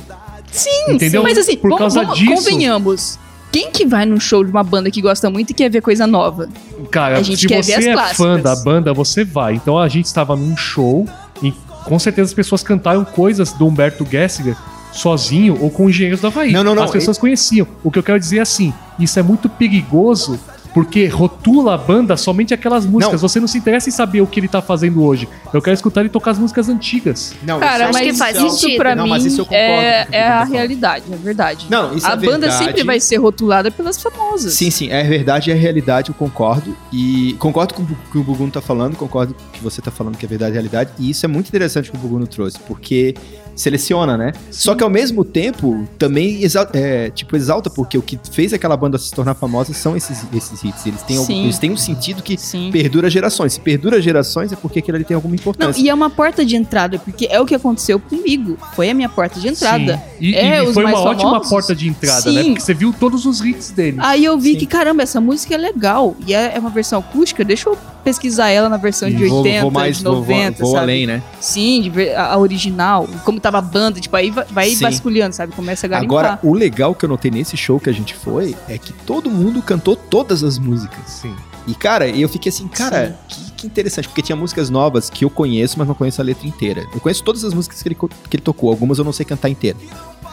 Sim,
Entendeu?
sim. Mas assim,
Por
vamos-
causa
vamos-
disso-
convenhamos. Quem que vai num show de uma banda que gosta muito e quer ver coisa nova?
Cara,
A gente
se
quer
você
ver as
é
clássicas.
fã da banda, você vai. Então a gente estava num show e com certeza as pessoas cantaram coisas do Humberto Gessinger sozinho ou com engenheiros da Havaí.
Não, não, não.
As pessoas conheciam. O que eu quero dizer é assim: isso é muito perigoso porque rotula a banda somente aquelas músicas. Você não se interessa em saber o que ele tá fazendo hoje. Eu quero escutar ele tocar as músicas antigas.
Não,
Cara,
acho
mas
que faz
isso
sentido.
pra
Não,
mim
mas isso eu concordo com o
é,
que
é
você
a
tá falando.
realidade, é verdade.
Não, isso
a
é
banda
verdade.
sempre vai ser rotulada pelas famosas.
Sim, sim, é verdade, é realidade, eu concordo. E concordo com o Bu- que o Buguno tá falando, concordo com o que você tá falando que é verdade e realidade. E isso é muito interessante que o Buguno trouxe, porque seleciona, né? Só que ao mesmo tempo, também exa- é, tipo, exalta, porque o que fez aquela banda se tornar famosa são esses, esses hits. Eles têm, algum-
Sim.
eles têm um sentido que
Sim.
perdura gerações. Se perdura gerações, é porque aquilo ali tem alguma
Não,
importância.
e é uma porta de entrada, porque é o que aconteceu comigo. Foi a minha porta de entrada.
Sim. E, e-
É,
e
os
foi uma
mais
ótima
famosos.
porta de entrada, né?
Sim.
Porque você viu todos os hits dele.
Aí eu vi
Sim.
que, caramba, essa música é legal. E é é uma versão acústica, deixa eu pesquisar ela na versão de
E
80, de
vou- vou-
90,
vou
sabe?
além, né?
Sim, de ver a, a original, como tava a banda, tipo, aí vai, vai
Sim.
vasculhando, sabe? Começa a garimpar.
Agora, o legal que eu notei nesse show que a gente foi é que todo mundo cantou todas as músicas.
Sim.
E, cara, eu fiquei assim, cara, que, que interessante, porque tinha músicas novas que eu conheço, mas não conheço a letra inteira. Eu conheço todas as músicas que ele, co- que ele tocou, algumas eu não sei cantar inteira.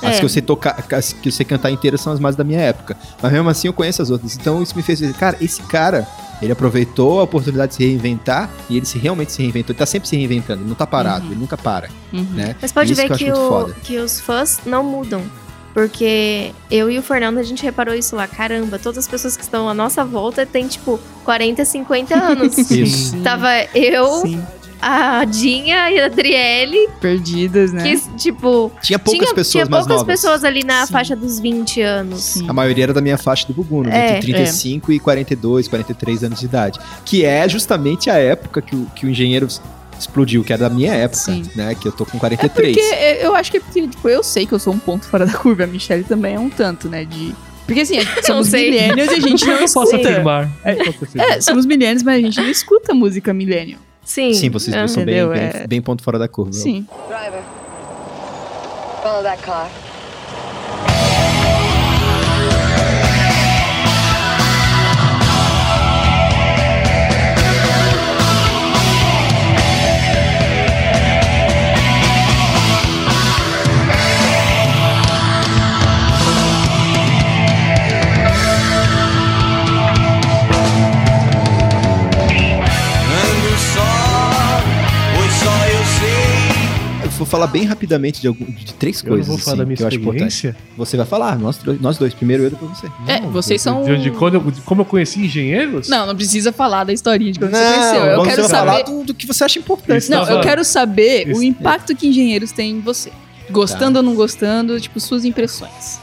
As
É.
que eu sei tocar, as que eu sei cantar inteiras são as mais da minha época. Mas mesmo assim eu conheço as outras. Então isso me fez dizer, cara, esse cara, ele aproveitou a oportunidade de se reinventar e ele se realmente se reinventou. Ele tá sempre se reinventando, ele não tá parado, ele nunca para,
Uhum.
né?
Mas pode
Isso
ver
que eu
que,
acho muito
o,
foda.
que os fãs não mudam. Porque eu e o Fernando, a gente reparou isso lá. Caramba, todas as pessoas que estão à nossa volta têm, tipo, 40, 50 anos.
Isso.
Tava eu,
Sim,
a Dinha e a Adriele,
perdidas, né?
que, tipo...
Tinha poucas
tinha,
pessoas
tinha
mais
poucas
novas.
pessoas ali na
Sim.
faixa dos 20 anos.
Sim.
A maioria era da minha faixa do Buguno,
É,
entre 35 e 42, 43 anos de idade. Que é justamente a época que o, que o engenheiro s- explodiu, que era da minha época,
Sim.
né? Que eu tô com
É
43.
porque é, eu acho que é porque, tipo, eu sei que eu sou um ponto fora da curva, a Michelle também é um tanto, né? De. Porque assim, somos
sei.
millennials e a gente não
Eu posso
escuta.
afirmar. Eu posso afirmar.
É, somos millennials, mas a gente não escuta música millennial.
Sim.
Sim, vocês dois são bem,
Entendeu?
bem,
É.
bem ponto fora da curva.
Sim.
Driver, follow that car.
Ando só, pois só eu sei.
Eu vou falar bem rapidamente de, algum- de três
Eu
coisas
não vou falar
assim,
da minha
que eu acho importante.
experiência.
Você vai falar, nós, tro- nós dois, primeiro eu depois você.
É, vocês são.
De, onde- quando eu- de como eu conheci engenheiros?
Não, não precisa falar da historinha de quando você conheceu. Eu
você
quero
vai falar tá
saber.
do, do que você acha importante.
Não, eu
Estava-
quero saber o
Isso.
impacto que engenheiros têm em você. Gostando ou não gostando, tipo, suas impressões.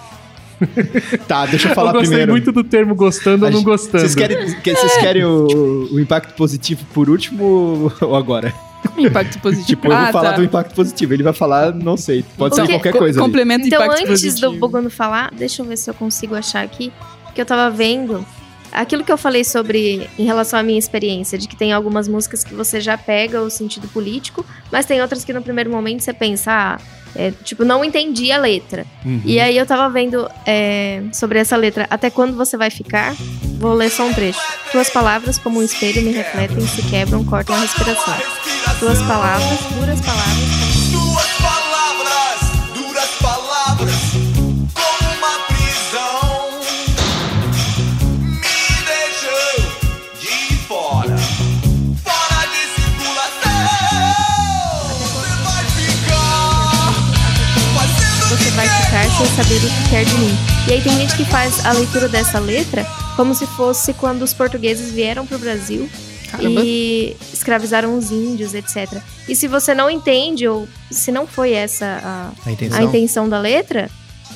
Tá, deixa eu
eu
falar
gostei
primeiro.
muito do termo gostando ou
A
não
gente-
gostando.
Vocês querem, que- vocês querem o, o impacto positivo por último ou agora?
Impacto positivo.
Tipo, eu vou
Ah,
falar
tá.
do impacto positivo, ele vai falar, não sei, pode ser
Então,
qualquer
Co-
coisa. ali.
Complementa
Então,
impacto
antes
positivo.
do Bugano falar, deixa eu ver se eu consigo achar aqui, que eu tava vendo aquilo que eu falei sobre em relação à minha experiência, de que tem algumas músicas que você já pega o sentido político, mas tem outras que no primeiro momento você pensa, ah, é, tipo, não entendi a letra.
Uhum.
E aí eu tava vendo é, sobre essa letra, até quando você vai ficar? Vou ler só um trecho. Tuas palavras, como um espelho, me refletem, se quebram, cortam a respiração. Tuas palavras, duras palavras.
Duas palavras, duras palavras, como uma prisão. Me deixou de fora, fora de circulação. Você vai ficar fazendo o
você
que
vai
quer.
ficar sem saber o que quer de mim. E aí tem gente que faz a leitura dessa letra como se fosse quando os portugueses vieram pro Brasil
Caramba.
e escravizaram os índios, etc. E se você não entende ou se não foi essa a,
A
a
Ah,
intenção.
intenção da letra,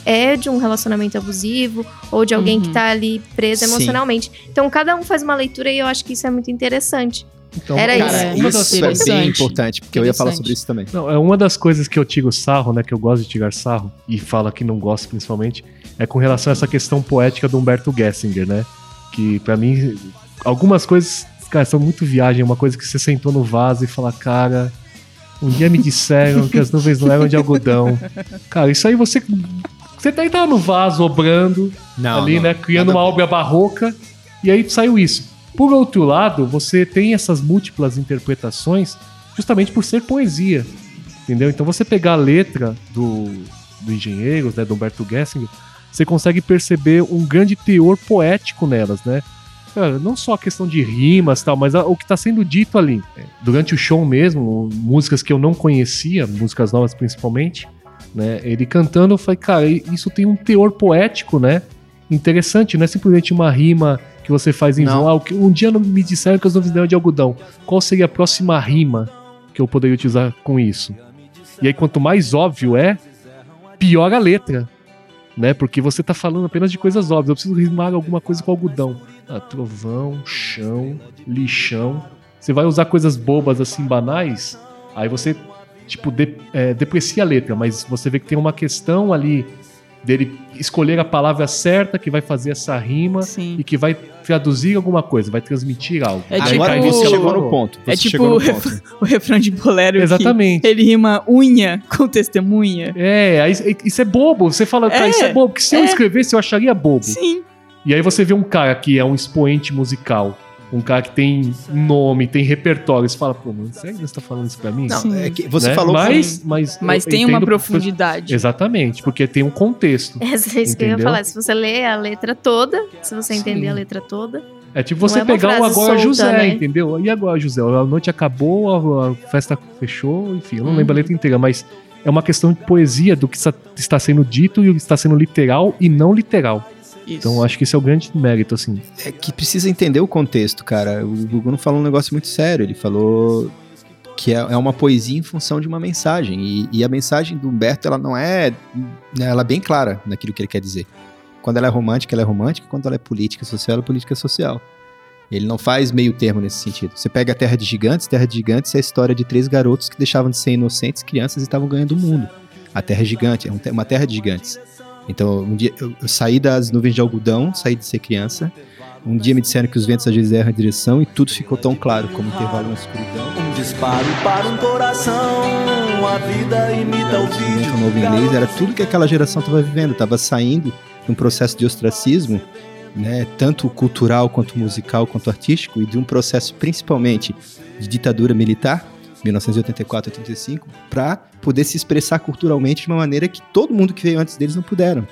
é de um relacionamento abusivo ou de alguém que
Uhum.
tá ali preso
Sim.
emocionalmente. Então cada um faz uma leitura e eu acho que isso é muito interessante.
Então,
Era
Cara,
É,
Uma das
isso é bem
interessante.
importante, porque eu ia falar
Interessante.
sobre isso também.
Não, é uma das coisas que eu tiro sarro, né? Que eu gosto de tirar sarro, e fala que não gosta principalmente, é com relação a essa questão poética do Humberto Gessinger, né? Que pra mim, algumas coisas, cara, são muito viagem. Uma coisa que você sentou no vaso e fala, cara, um dia me disseram que as nuvens não eram de algodão. Cara, isso aí você. Você até tava no vaso, obrando,
Não,
ali,
não,
né? Criando
nada
uma
a ver.
obra barroca. E aí saiu isso. Por outro lado, você tem essas múltiplas interpretações justamente por ser poesia. Entendeu? Então você pegar a letra do, do Engenheiros, né, do Humberto Gessinger, você consegue perceber um grande teor poético nelas, né? Cara, não só a questão de rimas e tal, mas a- o que está sendo dito ali. Durante o show mesmo, músicas que eu não conhecia, músicas novas principalmente, né? Ele cantando, eu falei, cara, isso tem um teor poético, né? Interessante, não é simplesmente uma rima que você faz em
Não.
vão. Ah, o que- um dia não me disseram que as nuvens eram de algodão. Qual seria a próxima rima que eu poderia utilizar com isso? E aí, quanto mais óbvio é, pior a letra, né? Porque você tá falando apenas de coisas óbvias. Eu preciso rimar alguma coisa com algodão. Ah, trovão, chão, lixão. Você vai usar coisas bobas assim, banais, aí você, tipo, de- é, deprecia a letra, mas você vê que tem uma questão ali dele escolher a palavra certa que vai fazer essa rima
Sim.
e que vai traduzir alguma coisa, vai transmitir algo.
É
Aí,
tipo-
Agora
cara,
você chegou no
falou.
ponto.
É
você
tipo
chegou
o,
no ponto.
refrão, o refrão de bolero
Exatamente.
que ele rima unha com testemunha.
É, aí, isso é bobo. Você fala, cara,
É,
isso é bobo. Porque se eu
é.
escrevesse, eu acharia bobo.
Sim.
E aí você vê um cara que é um expoente musical, um cara que tem nome, tem repertório. Você fala, pô, mano, sério que você tá falando isso pra mim?
Não,
Sim.
é que você
Né?
falou um
mas, mas,
Mas
eu
tem uma
entendo-
profundidade.
Exatamente, porque tem um contexto.
É isso que eu ia
Entendeu?
falar. Se você lê a letra toda, se você entender
Sim.
a letra toda,
É tipo
Não
você
é uma
pegar o
frase
agora
solta,
José,
né?
entendeu? E agora José? A noite acabou, a, a festa fechou, enfim, eu não
Uhum.
lembro a letra inteira, mas é uma questão de poesia do que está- está sendo dito e o que está sendo literal e não literal.
Isso.
Então eu acho que esse é o grande mérito, assim.
é que precisa entender o contexto, cara. O Gugu não falou um negócio muito sério. Ele falou que é, é uma poesia em função de uma mensagem. E, e a mensagem do Humberto, ela não é. né, Ela é bem clara naquilo que ele quer dizer. Quando ela é romântica, ela é romântica. Quando ela é política social, ela é política social. Ele não faz meio termo nesse sentido. Você pega a Terra de Gigantes, Terra de Gigantes é a história de três garotos que deixavam de ser inocentes crianças e estavam ganhando o mundo. A Terra é Gigante, é um te- uma Terra de Gigantes. Então, um dia eu, eu saí das nuvens de algodão, saí de ser criança, Um dia me disseram que os ventos às vezes erram a direção e tudo ficou tão claro, como intervalo na escuridão.
Um disparo para um coração, a vida imita o vídeo.
O um novo inglês era tudo que aquela geração estava vivendo, estava saindo de um processo de ostracismo, né, tanto cultural quanto musical quanto artístico, e de um processo principalmente de ditadura militar, 1984-85, para poder se expressar culturalmente de uma maneira que todo mundo que veio antes deles não puderam.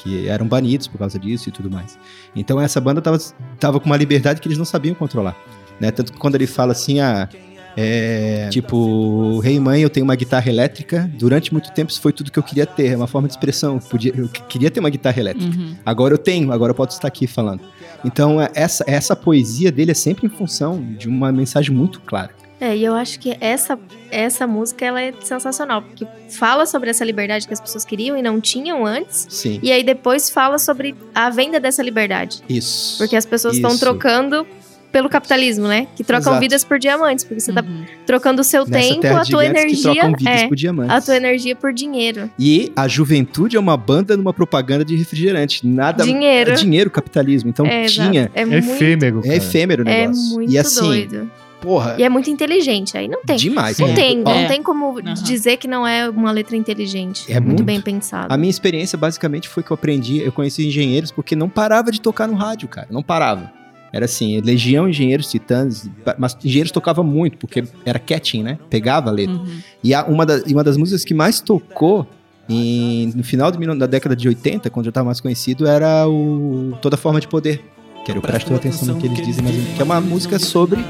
Que eram banidos por causa disso e tudo mais. Então essa banda tava, tava com uma liberdade que eles não sabiam controlar. Né? Tanto que quando ele fala assim, ah, é, tipo, rei mãe, eu tenho uma guitarra elétrica. Durante muito tempo isso foi tudo que eu queria ter. É uma forma de expressão. Podia, eu que- é queria ter uma guitarra elétrica.
Uhum,
Agora eu tenho, agora eu posso estar aqui falando. Então é- essa, essa poesia dele é sempre em função de uma mensagem muito clara.
É, e eu acho que essa, essa música ela é sensacional, porque fala sobre essa liberdade que as pessoas queriam e não tinham antes,
Sim.
e aí depois fala sobre a venda dessa liberdade.
Isso.
Porque as pessoas estão
Isso.
trocando pelo capitalismo, né? Que trocam
Exato.
vidas por diamantes, porque você tá
Uhum.
trocando o seu
Nessa
tempo,
terra
a
de
tua
gigantes que
energia,
trocam vidas
é,
por diamantes.
a tua energia por dinheiro.
E a juventude é uma banda numa propaganda de refrigerante. Nada
Dinheiro.
É dinheiro, capitalismo. Então
é, exato.
tinha.
é
É
muito,
efêmero,
É
cara.
efêmero o
é
negócio.
muito
e assim,
doido.
porra,
E é muito inteligente, aí não tem.
demais.
Não
né?
tem,
Ó,
não tem como
Aham.
dizer que não é uma letra inteligente.
É
muito
muito.
bem pensada.
A minha experiência basicamente foi que eu aprendi, eu conheci engenheiros porque não parava de tocar no rádio, cara, não parava. Era assim, Legião, Engenheiros, Titãs, mas Engenheiros tocava muito, porque era catching, né? Pegava a letra.
Uhum.
E a- uma, da- e uma das músicas que mais tocou em- no final de mil- da década de 80, quando já estava mais conhecido, era o Toda Forma de Poder. Que era o Presto Atenção no que eles dizem, mas que é uma música sobre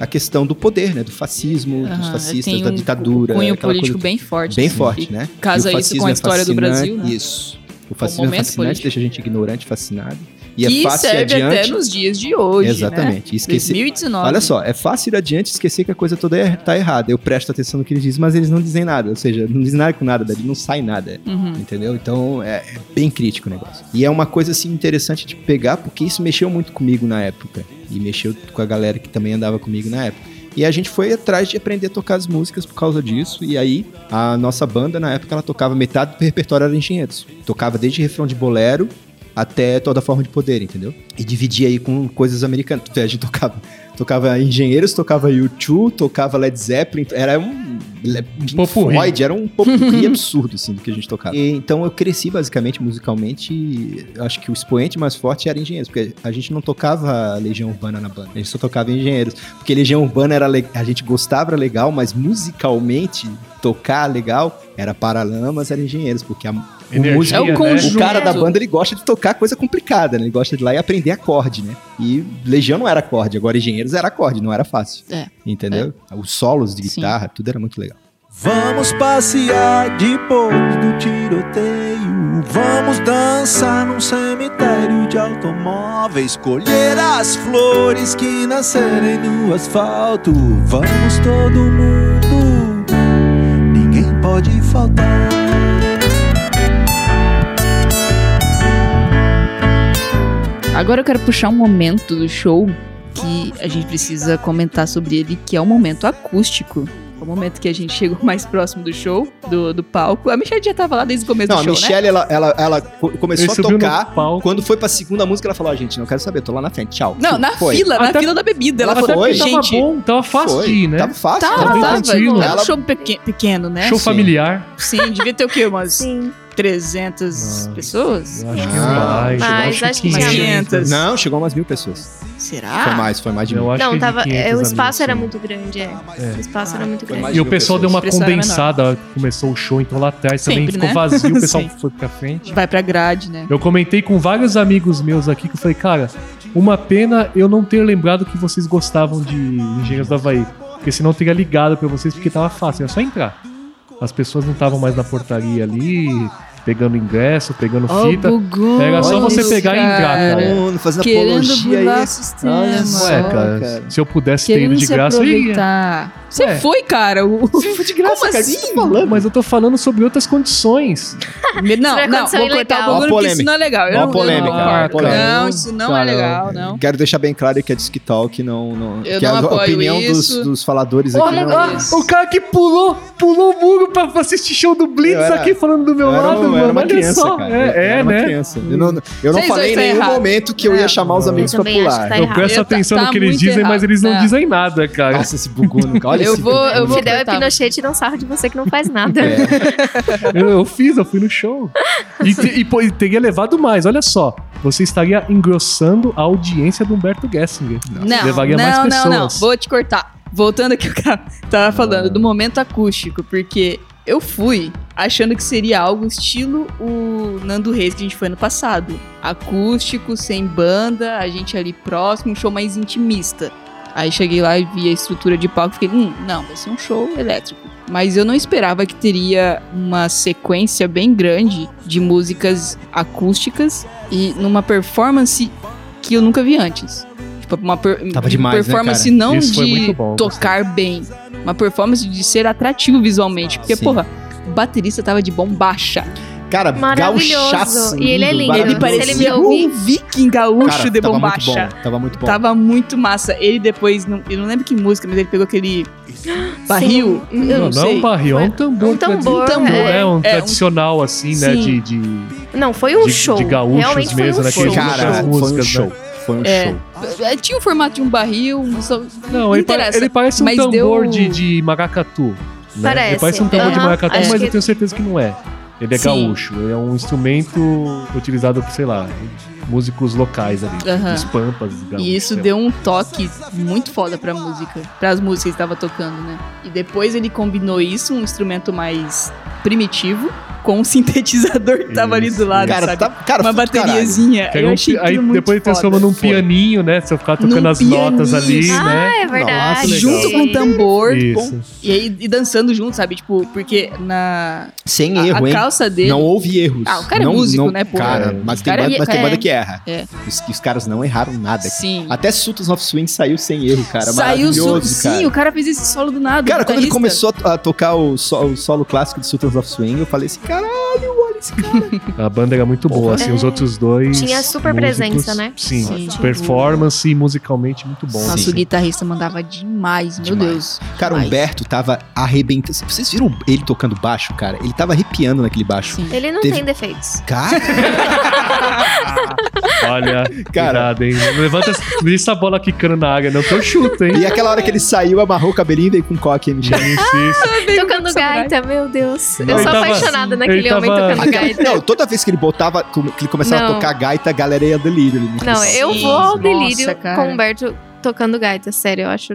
a questão do poder, né? Do fascismo, dos
Aham,
fascistas,
tem
da
um
ditadura.
cunho
aquela
político
coisa
bem forte.
bem
assim,
forte,
que
né?
Casa
E o
isso com a
fascismo é
história do
fascinante,
Brasil, né?
Isso. O fascismo é
momento
fascinante,
político.
deixa a gente ignorante, fascinado. E
que
é fácil ir
serve
adiante.
até nos dias de hoje, né?
Exatamente. E Esquecer.
2019.
Olha só, é fácil ir adiante e esquecer que a coisa toda é, tá errada. Eu presto atenção no que eles dizem, mas eles não dizem nada. Ou seja, não dizem nada com nada, dali não sai nada.
Uhum.
Entendeu? Então é, é bem crítico o negócio. E é uma coisa assim interessante de pegar, porque isso mexeu muito comigo na época. E mexeu com a galera que também andava comigo na época. E a gente foi atrás de aprender a tocar as músicas por causa disso. E aí, a nossa banda, na época, ela tocava metade do repertório era engenheiros. Tocava desde refrão de bolero até toda forma de poder, entendeu? E dividia aí com coisas americanas. A gente tocava, tocava engenheiros, tocava U2, tocava Led Zeppelin. Era um. Pink
Popurri.
Floyd, era um popurri absurdo, assim, do que a gente tocava. E, então eu cresci, basicamente, musicalmente, e eu acho que o expoente mais forte era Engenheiros, porque a gente não tocava Legião Urbana na banda, a gente só tocava Engenheiros. Porque Legião Urbana era le- a gente gostava, era legal, mas musicalmente, tocar legal, era Paralamas, era Engenheiros, porque a, o
Energia,
músico...
É o
né?
conjunto.
O cara da
Junto.
banda, ele gosta de tocar coisa complicada, né? Ele gosta de ir lá e aprender acorde, né? E Legião não era acorde, agora Engenheiros era acorde, não era fácil.
É.
Entendeu? Os solos de
Sim.
guitarra, tudo era muito legal.
Vamos passear depois do tiroteio. Vamos dançar num cemitério de automóveis. Colher as flores que nascerem no asfalto. Vamos todo mundo, ninguém pode faltar.
Agora eu quero puxar um momento do show que a gente precisa comentar sobre ele, que é o momento acústico. É O momento que a gente chegou mais próximo do show, do, do palco. A Michelle já tava lá desde o começo
Não,
do
a
show, né?
Michelle, ela, ela, ela co-
Ele
começou a
subiu no
é tocar.
palco.
Quando foi pra segunda música, ela falou: ah, gente, não quero saber, eu tô lá na frente, tchau.
Não, na
Foi.
fila, na
Até-
fila da bebida. Ela
Até
falou,
é
"Oi,
foi,
que tá tava
gente,
bom, tava fácil
Foi.
de ir, né?
Tava fácil.
Tava,
Tá
tava
bem
tava. Era
tranquilo.
um
Ela-
show peque- pequeno, né?
Show
Sim.
familiar.
Sim, devia ter o quê? Umas
Sim.
300
Nossa.
pessoas?
Eu acho que
Ah,
mais. eu
mas acho que tinha
500.
Não, chegou umas mil pessoas.
Será?
Foi mais, foi mais de mil.
Eu acho que
Não,
de
tava, é,
500
o espaço
amigos,
era
sim.
muito grande, é.
É.
O espaço
Ah,
era muito
foi
grande.
mais
E
de
o
mil
pessoal deu
pessoas.
uma
pessoas. O preço era
condensada, começou o show, então lá atrás também
Sempre,
ficou
né?
vazio, o pessoal
Sim.
foi pra frente.
Vai pra grade, né?
Eu comentei com vários amigos meus aqui que eu falei, cara, uma pena eu não ter lembrado que vocês gostavam de Engenheiros do Havaí. Porque senão eu teria ligado pra vocês, porque tava fácil, era só entrar. As pessoas não estavam mais na portaria ali, pegando ingresso, pegando
Oh,
fita.
bugou.
Era só você pegar e entrar, cara.
Mundo fazendo
Querendo burlar
apologia
o
aí. é né?
sistema.
Olha só,
Ué,
cara.
cara, se eu pudesse ter
Querendo
ido tá de
se
graça, É. eu iria.
aproveitar. Você
Ué.
foi, cara. O...
de graça,
Como
cara, o que
assim?
você tá falando?
Mas eu tô falando sobre outras condições.
Não,
é
não,
condição
vou cortar
ilegal.
o
Ó
bagulho,
a
porque
polêmica.
isso não é legal. Eu
Ó a
não, eu
polêmica,
não,
ó a
concordo.
polêmica.
Não, isso não é
Cara,
legal, não.
Quero deixar bem claro que a Disque Talk não. não
Eu
que
não
a
apoio
opinião
isso.
Dos, dos faladores
Ó,
aqui não.
ó, o cara que pulou, pulou o muro pra pra assistir show do Blitz
Eu era-
aqui falando do meu
eu era
lado,
um eu era uma
olha
criança,
só,
cara.
é,
eu era
é,
uma
né?
criança. Eu não, eu não
Vocês dois
falei em
tão
nenhum
errados.
momento que eu ia chamar os amigos
Eu
pra
também acho que
pular.
tá
Eu
errado.
presto
Tá-
atenção
tá
no que eles
muito
dizem, mas
errado,
eles não
né?
dizem nada, cara.
Nossa, esse bugou, no- olha
Eu
esse
vou-
bugou.
eu vou-
Fidel é
cortar.
Pinochet e não sarro de você que não faz nada.
É. Eu, eu fiz, eu fui no show. E, te- e, pô, e teria levado mais, olha só. Você estaria engrossando a audiência do Humberto Gessinger.
Não,
Levaria
não,
mais
não, não.
pessoas.
Vou te cortar. Voltando aqui o cara tava falando do momento acústico, porque eu fui achando que seria algo estilo o Nando Reis que a gente foi ano passado. Acústico, sem banda, a gente ali próximo, um show mais intimista. Aí cheguei lá e vi a estrutura de palco e fiquei, hum, não, vai ser um show elétrico. Mas eu não esperava que teria uma sequência bem grande de músicas acústicas e numa performance que eu nunca vi antes. Tipo, uma per-
Tava demais, né,
performance
cara?
não
Isso foi
de
muito bom,
tocar bem, uma performance de ser atrativo visualmente. Porque,
Sim.
porra, o baterista tava de bombacha.
Cara,
Maravilhoso.
gauchaço.
E ele é lindo.
Ele
maravilhoso.
parecia Se ele me
parecia
ouvir-
um viking gaúcho
Cara,
de
tava
bombacha.
Muito bom, tava muito bom.
Tava muito massa. Ele depois, não- eu não lembro que música, mas ele pegou aquele barril. Eu não,
Não, não é
sei.
um barril, é um tambor.
Um tambor,
tradicional.
é.
é um
É, um-
tradicional, assim, né?
Sim.
De, de-
Não, foi um
de-
show.
de gaúchos
Realmente
mesmo, né, que
foi um
eles
show.
muitas
Cara, foi um
músicas,
show. Foi um
É.
show.
É, Tinha o formato de um barril, um só-
Não, ele, pa-
interessa.
ele parece um
mas
tambor
deu-
de, de maracatu. né?
Parece.
Ele parece um tambor de
Aham,
maracatu,
acho
mas
que-
eu tenho certeza que não é. Ele é
Sim.
gaúcho, ele é um instrumento utilizado por, sei lá, músicos locais ali,
Aham.
dos pampas. gaúchos,
E isso
sei lá.
deu um toque muito foda pra música, pras músicas que ele tava tocando, né? E depois ele combinou isso, um instrumento mais primitivo, com um sintetizador que tava ali do
Isso.
lado,
Cara,
sabe?
tá, cara,
Uma
foi do caralho.
bateriazinha.
Pega
Eu
um
achei
pi- aí
aquilo muito
depois ele
foda.
transforma num
Foi.
pianinho, né? Se eu ficar tocando
Num
as notas ali,
pianinho. é.
né?
Ah, é verdade.
Nossa,
Junto com o tambor.
Isso.
E aí e dançando junto, sabe? Tipo, porque na
Sem
a,
erro,
a
hein?
calça dele.
Não houve erros.
Ah, o cara é
não,
músico,
não-
né, pô?
Cara,
É.
mas
O
tem,
cara
banda, mas tem
é-
banda que erra.
É.
Os, os caras não erraram nada. cara.
Sim.
Até Sultans of Swing saiu sem erro, cara.
Saiu
Maravilhoso,
solo.
cara.
Sim, o cara fez esse solo do nada.
Cara, quando ele
guitarrista.
começou a to- a tocar o, so- o solo clássico de Sultans of Swing, eu falei assim, caralho, olha esse cara.
A banda era muito boa, assim, os outros dois.
É. Tinha super
músicos,
presença, né?
Sim,
Sim.
performance e musicalmente muito bom.
Nossa,
assim.
o guitarrista mandava demais, meu
Demais.
Deus.
Cara, o
Demais.
Humberto tava arrebentando. Vocês viram ele tocando baixo, cara? Ele tava arrepiando naquele baixo.
Sim.
Ele não
Teve-
tem defeitos.
Cara,
Olha,
Cara.
cuidado, hein? Não Levanta essa- não deixa essa bola quicando na área, não, que eu chuto, hein?
e aquela hora que ele saiu, amarrou o cabelinho e veio com coque e
Já insiste.
é Tocando gaita, meu Deus.
Não,
Eu sou
ele tava-
apaixonada
ele
naquele homem
tava-
tocando
Aquela-
gaita.
Não, toda vez que ele botava, como- que ele começava
Não.
a tocar gaita, a galera ia delírio. ali né? no
Não,
festival.
eu
Sim,
vou ao
nossa,
delírio
cara.
com o Humberto tocando gaita, sério, eu acho.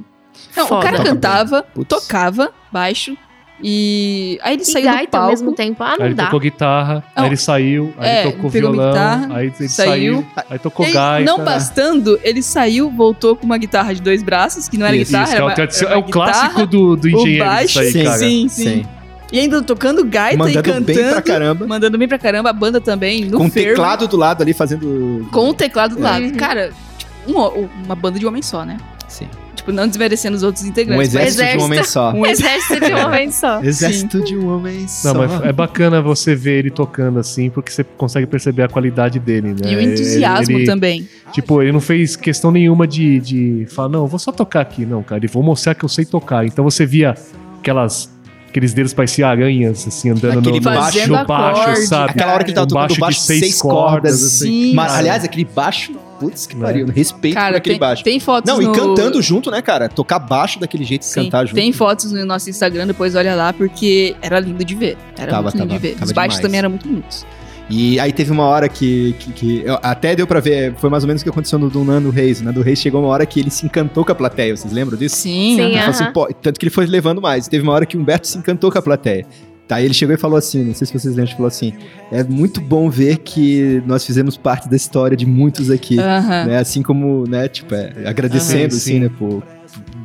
Não, o
Foda.
cara
Toca
cantava,
bem. Putz.
tocava baixo e aí ele
E
saiu do
gaita ao
palco.
mesmo tempo, ah,
Aí
não
ele
dá.
tocou guitarra,
Não.
aí ele saiu, aí
É,
ele tocou
pegou
violão,
guitarra,
aí ele
saiu.
saiu, aí tocou
E aí,
gaita. né?
não bastando, ele saiu, voltou com uma guitarra de dois braços, que não era
Isso,
guitarra,
Isso, que
era
é o,
uma-
tradici-
era
é
uma
o clássico
guitarra,
do, do engenheiro
o baixo,
isso aí,
sim,
cara.
sim, sim,
Sim.
E ainda tocando gaita e
Mandando
cantando,
bem pra caramba.
mandando bem pra caramba, a banda também, no
Com o
fervo,
teclado do lado ali, fazendo... um
com o teclado do lado.
Uhum.
Cara, tipo, um- uma banda de um homem só, né?
Sim.
Tipo, não desmerecendo os outros integrantes.
Um
mas-
exército, de um
Exército.
homem só.
Um ex-
Exército de um homem só.
Exército de um homem só.
Não, mas é bacana você ver ele tocando assim, porque você consegue perceber a qualidade dele,
É,
né?
E o entusiasmo
Ele- ele-
também.
Tipo, ele não fez questão nenhuma de, de falar, não, eu vou só tocar aqui, não, cara. Ele vou mostrar que eu sei tocar. Então você via aquelas, aqueles dedos pareciam aranhas, assim, andando
Aquele
no,
baixo-
no, no baixo,
acorde,
sabe?
Aquela hora que ele tava
Um
tocando baixo,
baixo de
baixo
seis
seis, cordas.
cordas,
assim.
Sim.
Mas,
cara.
aliás, aquele baixo, putz, que pariu. Respeito por
Cara, tem,
aquele é baixo.
tem fotos
Não,
no...
e cantando junto, né, cara? Tocar baixo daquele jeito e
Sim,
cantar junto.
Tem fotos no nosso Instagram, depois olha lá, porque era lindo de ver. Era
Tava,
muito lindo
tava,
de ver.
tava
Os baixos
demais.
também eram muito lindos.
E aí teve uma hora que, que, que- eu- até deu pra ver, foi mais ou menos o que aconteceu no do Nando Reis. O Nando Reis chegou uma hora que ele se encantou com a plateia, vocês lembram disso?
Sim,
Ele
Sim,
aham.
falou assim,
Aham.
"Pô", tanto que ele foi levando mais. Teve uma hora que o Humberto se encantou com a plateia. Daí ele chegou e falou assim, não sei se vocês lembram, ele falou assim, é muito bom ver que nós fizemos parte da história de muitos aqui.
Aham.
né? Assim como, né, tipo, é, agradecendo,
Aham.
assim, né, pô.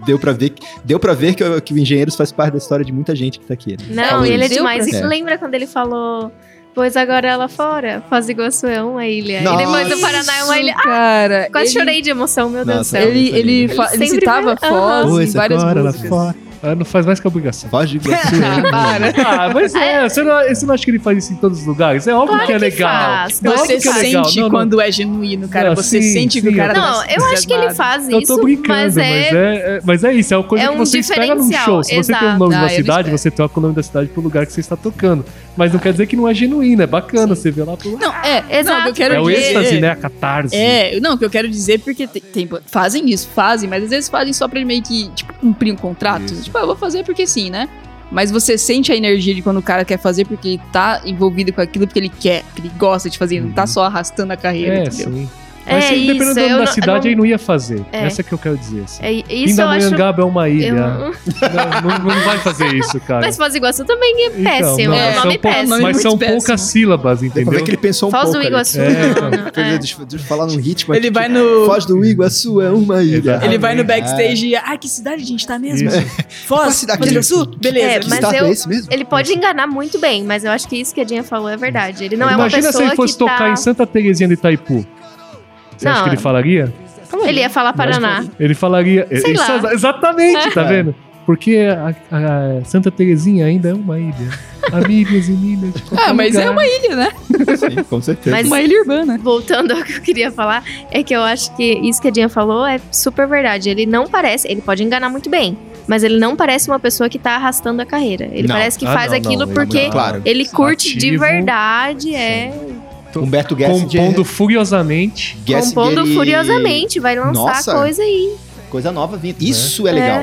Deu pra ver, que- deu pra ver que, o- que o Engenheiros faz parte da história de muita gente que tá aqui. né?
Não,
Falou
e ele é
isso.
Deu
demais.
pra-
E lembra quando ele falou, pois agora é lá fora, Foz do Iguaçu é uma ilha.
Nossa.
E depois o Paraná é uma ilha.
Isso, Então, Cara,
Quase
ele,
chorei de emoção, meu Deus do
Nossa,
céu.
Ele, ele,
Ele
fa- ele
sempre
citava
vai- aham.
Foz em
Pois
várias
agora lá
músicas.
fora.
Ah, não faz mais que obrigação.
Foz de Iguaçu.
Ah, para.
Ah, mas é, você não, você não acha que ele faz isso em todos os lugares? É óbvio
Claro
que é
que
legal.
faz.
Você
É óbvio que é legal.
sente
Não, não.
quando é genuíno, cara.
Não,
você
sim,
sente que
sim,
o cara
eu-
tá
Não, eu acho que ele
entusiasmado.
faz
Eu
isso,
tô brincando,
mas é.
é, mas é isso, é uma coisa
é
que
um
você espera num
diferencial,
show. Se você tem o nome
exato.
da
Ah, eu
cidade,
espero.
você toca o nome da cidade pro lugar que você está tocando. Mas não
Ah.
quer dizer que não é genuíno, é bacana, você vê lá pro
Não, é,
Exato.
exato. Eu quero
É o
dizer,
êxtase, né? A catarse.
É, não, o que eu quero dizer, porque tem, tem- fazem isso, fazem, mas às vezes fazem só pra meio que tipo, cumprir um contrato.
Isso.
Tipo, ah, eu vou fazer porque sim, né? Mas você sente a energia de quando o cara quer fazer porque ele tá envolvido com aquilo porque ele quer, que ele gosta de fazer, não tá só arrastando a carreira,
Uhum. É,
entendeu?
sim.
É
Mas se
isso,
dependendo do nome
eu
da
não-
cidade,
não-
aí não ia fazer.
É.
Essa que eu quero dizer. Assim.
É, isso eu acho.
Pindamonhangaba é uma
eu-
ilha. Não, não- não vai fazer isso, cara.
Mas Foz do Iguaçu também é
Então,
péssimo.
não,
é um
são
nome
pou-
péssimo.
Nome
Mas são
muito
poucas
péssimo.
sílabas,
Deu pra ver
entendeu?
que ele pensou um
Foz
pouco
do
ali.
Iguaçu.
É, então.
não, não,
Ele-
é.
Deixa, deixa eu falar num ritmo
Ele
aqui.
é?
vai no.
Foz do Iguaçu é uma ilha.
Exato.
Ele vai no
Ah.
backstage e. Ah, que cidade a gente tá mesmo?
Isso.
Qual
Foz,
cidade
Foz do
é
Iguaçu? Beleza.
É,
Que
mas
estado
eu-
é esse mesmo?
Ele pode enganar muito bem, mas eu acho que isso que a Dinha falou é verdade. Ele não é uma
Imagina
pessoa
se ele fosse
que
tocar
tá...
em Santa Terezinha de Itaipu. Você acha
Não.
que ele falaria?
Ele ia falar Paraná.
Ele falaria.
Sei lá.
Exa- Exatamente,
É.
tá vendo? Porque a, a Santa Terezinha ainda é uma ilha. Há milhas e milhas. de qualquer
Ah, mas é
lugar.
uma ilha, né?
Sim, com certeza.
Mas-
Uma ilha urbana.
Voltando ao que eu queria falar, é que eu acho que isso que a Dinha falou é super verdade. Ele não parece, ele pode enganar muito bem, mas ele não parece uma pessoa que tá arrastando a carreira. Ele
Não. é
parece que
Ah,
faz
não, não,
aquilo
ele-
porque
Claro.
ele curte de
Ativo.
verdade, é.
Humberto Gessinger.
Compondo furiosamente.
Gessinger
Compondo
e-
furiosamente, vai lançar
Nossa.
coisa aí.
Coisa nova vindo. Isso é legal.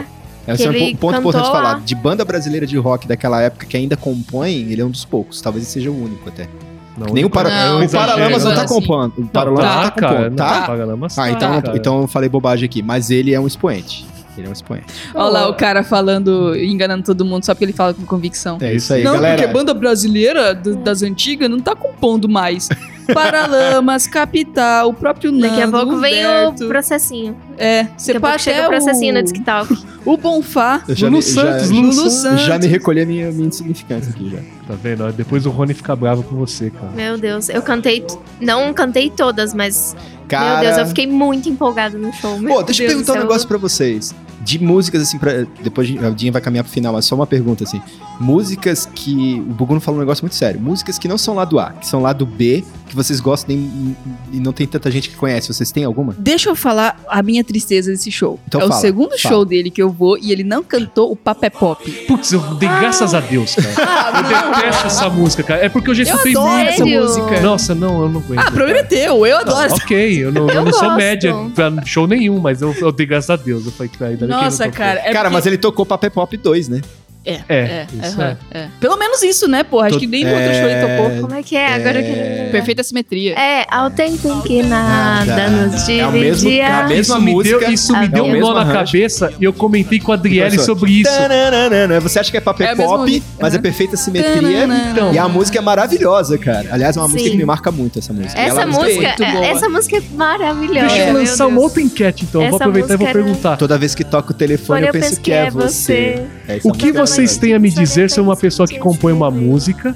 É,
Que
esse é um
ele
po- ponto importante de
cantou
falar.
lá.
De banda brasileira de rock daquela época que ainda compõe, ele é um dos poucos. Talvez ele seja o único até.
É Não,
Nem o, para...
Não,
o Paralamas não tá
assim.
compondo. O
Não,
Paralamas não tá
cara,
compondo.
não,
Tá?
Paralamas
Ah,
tá,
então,
cara.
então eu falei bobagem aqui. Mas ele é um expoente. Ele é um expoente.
Olha lá o cara falando, enganando todo mundo só porque ele fala com convicção.
É isso aí,
não,
galera.
porque banda brasileira do- das antigas não tá compondo mais. Paralamas, Capital, o próprio Nando,
Daqui a pouco vem
Humberto,
o processinho.
É,
Daqui
você
a pouco
pode
chega o processinho na
o,
Disquital.
o Bonfá.
Eu já
Lulu
me- já-
Santos,
Lulu
Lulu
Santos.
Santos.
Já me recolhi a minha, minha insignificância aqui já.
Tá vendo? Ó, Depois o Rony fica bravo com você, cara.
Meu Deus, eu cantei. Não cantei todas, mas.
Cara,
Meu Deus, eu fiquei muito empolgada no show. Meu
Pô, deixa eu
Deus
perguntar
do
um
céu.
negócio pra vocês. De músicas, assim, pra... depois a gente- a Dinha vai caminhar pro final, mas só uma pergunta, assim. Músicas que. O Buguno falou um negócio muito sério. Músicas que não são lado A, que são lado B, que vocês gostam e, e não tem tanta gente que conhece. Vocês têm alguma?
Deixa eu falar a minha tristeza desse show.
Então
é
fala,
o segundo
fala.
show dele que eu vou e ele não cantou o Papé Pop.
Putz, eu dei graças a Deus, cara. Eu detesto essa música, cara. É porque eu já
Ah, Eu
escutei
adoro
muito.
essa
Sério?
música.
Nossa, não, eu não aguento.
Ah, prometeu, eu
Não,
adoro.
ok, eu não, eu
Eu
não sou
gosto.
média pra show nenhum, mas eu, eu dei graças a Deus. Eu falei, cara, ainda bem que ele não
Nossa,
tocou.
cara. é
Cara,
porque-
mas ele tocou Papel Pop 2, né?
É,
É,
isso
aham,
é.
é. Pelo menos isso, né, porra? Acho
Tô-
que nem no outro show ele tocou.
Como é que é? Agora que eu não lembro.
Perfeita simetria.
É, ao tempo em que nada nos
É o mesmo-
dividia.
é o mesmo-
Isso
Mesma
me
música,
deu, isso me
é
deu
o
um nó
mesmo
na
arranjo.
cabeça e eu comentei com a Adriele
Começou.
sobre isso.
Tananana, Você acha que é Papel
É a mesma
Pop,
música,
mas é
né?
perfeita simetria.
Então,
E a música é maravilhosa, cara. Aliás, é uma música
Sim.
que me marca muito, essa música.
Essa
Ela-
música,
muito
é-
boa.
essa música é maravilhosa.
deixa eu
meu
lançar
Deus.
uma outra enquete, então. Eu vou
Essa
aproveitar e vou
música era-
perguntar.
Toda vez que toca o telefone,
Olha,
eu penso que é você. É, essa
O que
música é
vocês
maravilhosa.
têm a me dizer sobre uma pessoa que compõe uma música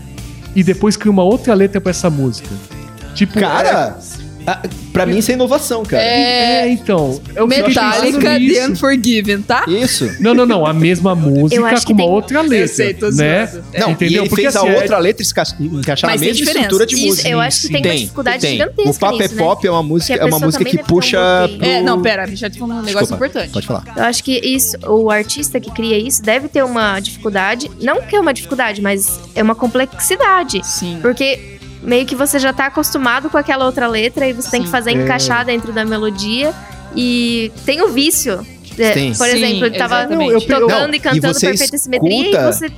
e depois cria uma outra letra pra essa música? Tipo,
Cara, a- pra mim isso é inovação, cara.
é, então. Eu fico
Metallica
pensando nisso.
The Unforgiven, tá?
Isso.
Não, não, não. A mesma
Eu
música
acho
com
que
uma
tem-
outra letra.
Eu sei, tô
né?
zoando.
Não, e
Entendeu?
ele
Porque,
fez a
assim, é-
outra letra esca- encaixar na
Mas tem
mesma
diferença.
estrutura de
Isso,
música.
eu acho que tem uma dificuldade gigantesca
O Papo é
nisso, né?
Pop é uma música,
Que a
é uma
pessoa
música
também
que
deve ter um
puxa.
bloqueio.
pro-
É, não, pera, deixa eu te falar um negócio
Desculpa,
importante.
Pode falar.
Eu acho que isso, o artista que cria isso deve ter uma dificuldade. Não que é uma dificuldade, mas é uma complexidade.
Sim.
Porque meio que você já tá acostumado com aquela outra letra e você tem
Sim.
que fazer
É.
encaixar dentro da melodia. E tem o vício. É,
Tem.
Por
Sim,
exemplo, ele tava
exatamente. Não, eu-
tocando
Não,
e cantando
e você
perfeita simetria e
escuta-
você.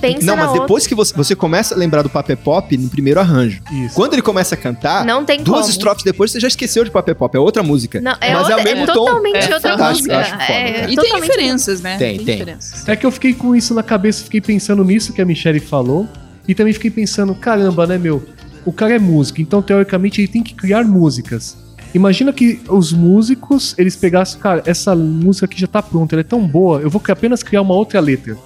Pensa
não,
na
mas depois que você, você começa a lembrar do Papo é Pop no primeiro arranjo.
Isso.
Quando ele começa a cantar,
Não tem
duas
como.
estrofes depois você já esqueceu de Papo é Pop, é outra música.
Não, é,
mas
outra,
é o mesmo
é
tom.
totalmente
É
outra
fantástico,
música.
eu acho foda,
é,
cara.
E tem
totalmente
diferenças, né?
Tem, Então, tem.
diferenças.
É que eu fiquei com isso na cabeça, fiquei pensando nisso que a Michelle falou. E também fiquei pensando, caramba, né, meu? O cara é músico, então teoricamente ele tem que criar músicas. Imagina que os músicos, eles pegassem, cara, essa música aqui já tá pronta, ela é tão boa, eu vou apenas criar uma outra letra.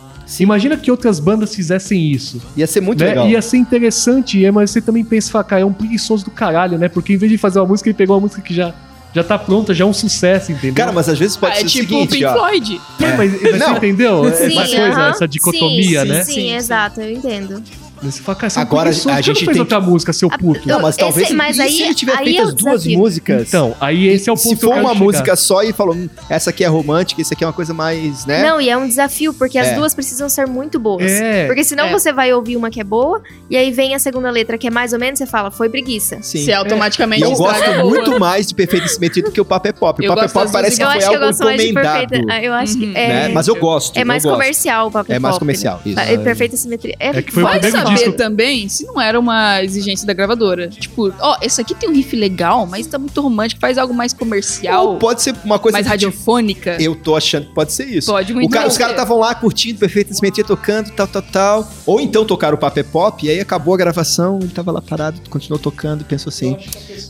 Imagina que outras bandas fizessem isso.
Ia ser muito
né?
legal.
Ia ser interessante, é, mas você também pensa, fala, cara, é um preguiçoso do caralho, né? Porque em vez de fazer uma música, ele pegou uma música que já já tá pronta, já é um sucesso, entendeu?
Cara, mas às vezes pode
Ah, é
ser
tipo
o seguinte,
o Pink
ó.
Floyd.
É, mas, mas
Não.
você entendeu? É
Sim,
uma coisa,
aham.
essa dicotomia,
sim,
né?
Sim,
Sim, sim.
exato, eu entendo.
Mas Você fala, cara, você
Agora
Agora,
a
a
gente
gente não fez
tem
outra música, seu puto.
Não, mas
Esse-
talvez
mas
e
aí-
se ele tiver
aí
feito
é o
as duas
desafio.
músicas.
Então, aí esse é o ponto
se
que eu
for
quero
uma
chegar.
música só e falou, "Hum, essa aqui é romântica, isso aqui é uma coisa mais, né?
Não, e é um desafio, porque
É.
as duas precisam ser muito boas.
É.
Porque senão
É.
você vai ouvir uma que é boa, e aí vem a segunda letra que é mais ou menos, você fala, foi preguiça.
Sim.
Se
E
automaticamente
eu
estraga
gosto
a boa.
muito mais de Perfeito Desmetido que o Papo é Pop. O
Eu
Papo é
gosto
Pop
das
parece que
eu
músicas-
foi
acho que eu
algo
gosto mais de perfeita.
encomendado.
Ah, Eu acho
Uhum.
que
né?
é,
Mas eu gosto.
é mais
eu gosto.
comercial o papo
É mais
pop,
comercial,
né?
isso.
É perfeita simetria. É,
É que foi o
Vai
primeiro
saber
disco.
também se não era uma exigência da gravadora. Tipo, ó, esse aqui tem um riff legal, mas tá muito romântico, faz algo mais comercial,
Ou pode ser uma coisa
mais
que
radiofônica.
eu tô achando que pode ser isso.
Pode muito
O cara- tá
bem
os
ser.
caras estavam lá curtindo, perfeito, desmentia, tocando, tal, tal, tal. Ou então tocaram o Papé Pop, e aí acabou a gravação, ele tava lá parado, continuou tocando e pensou assim: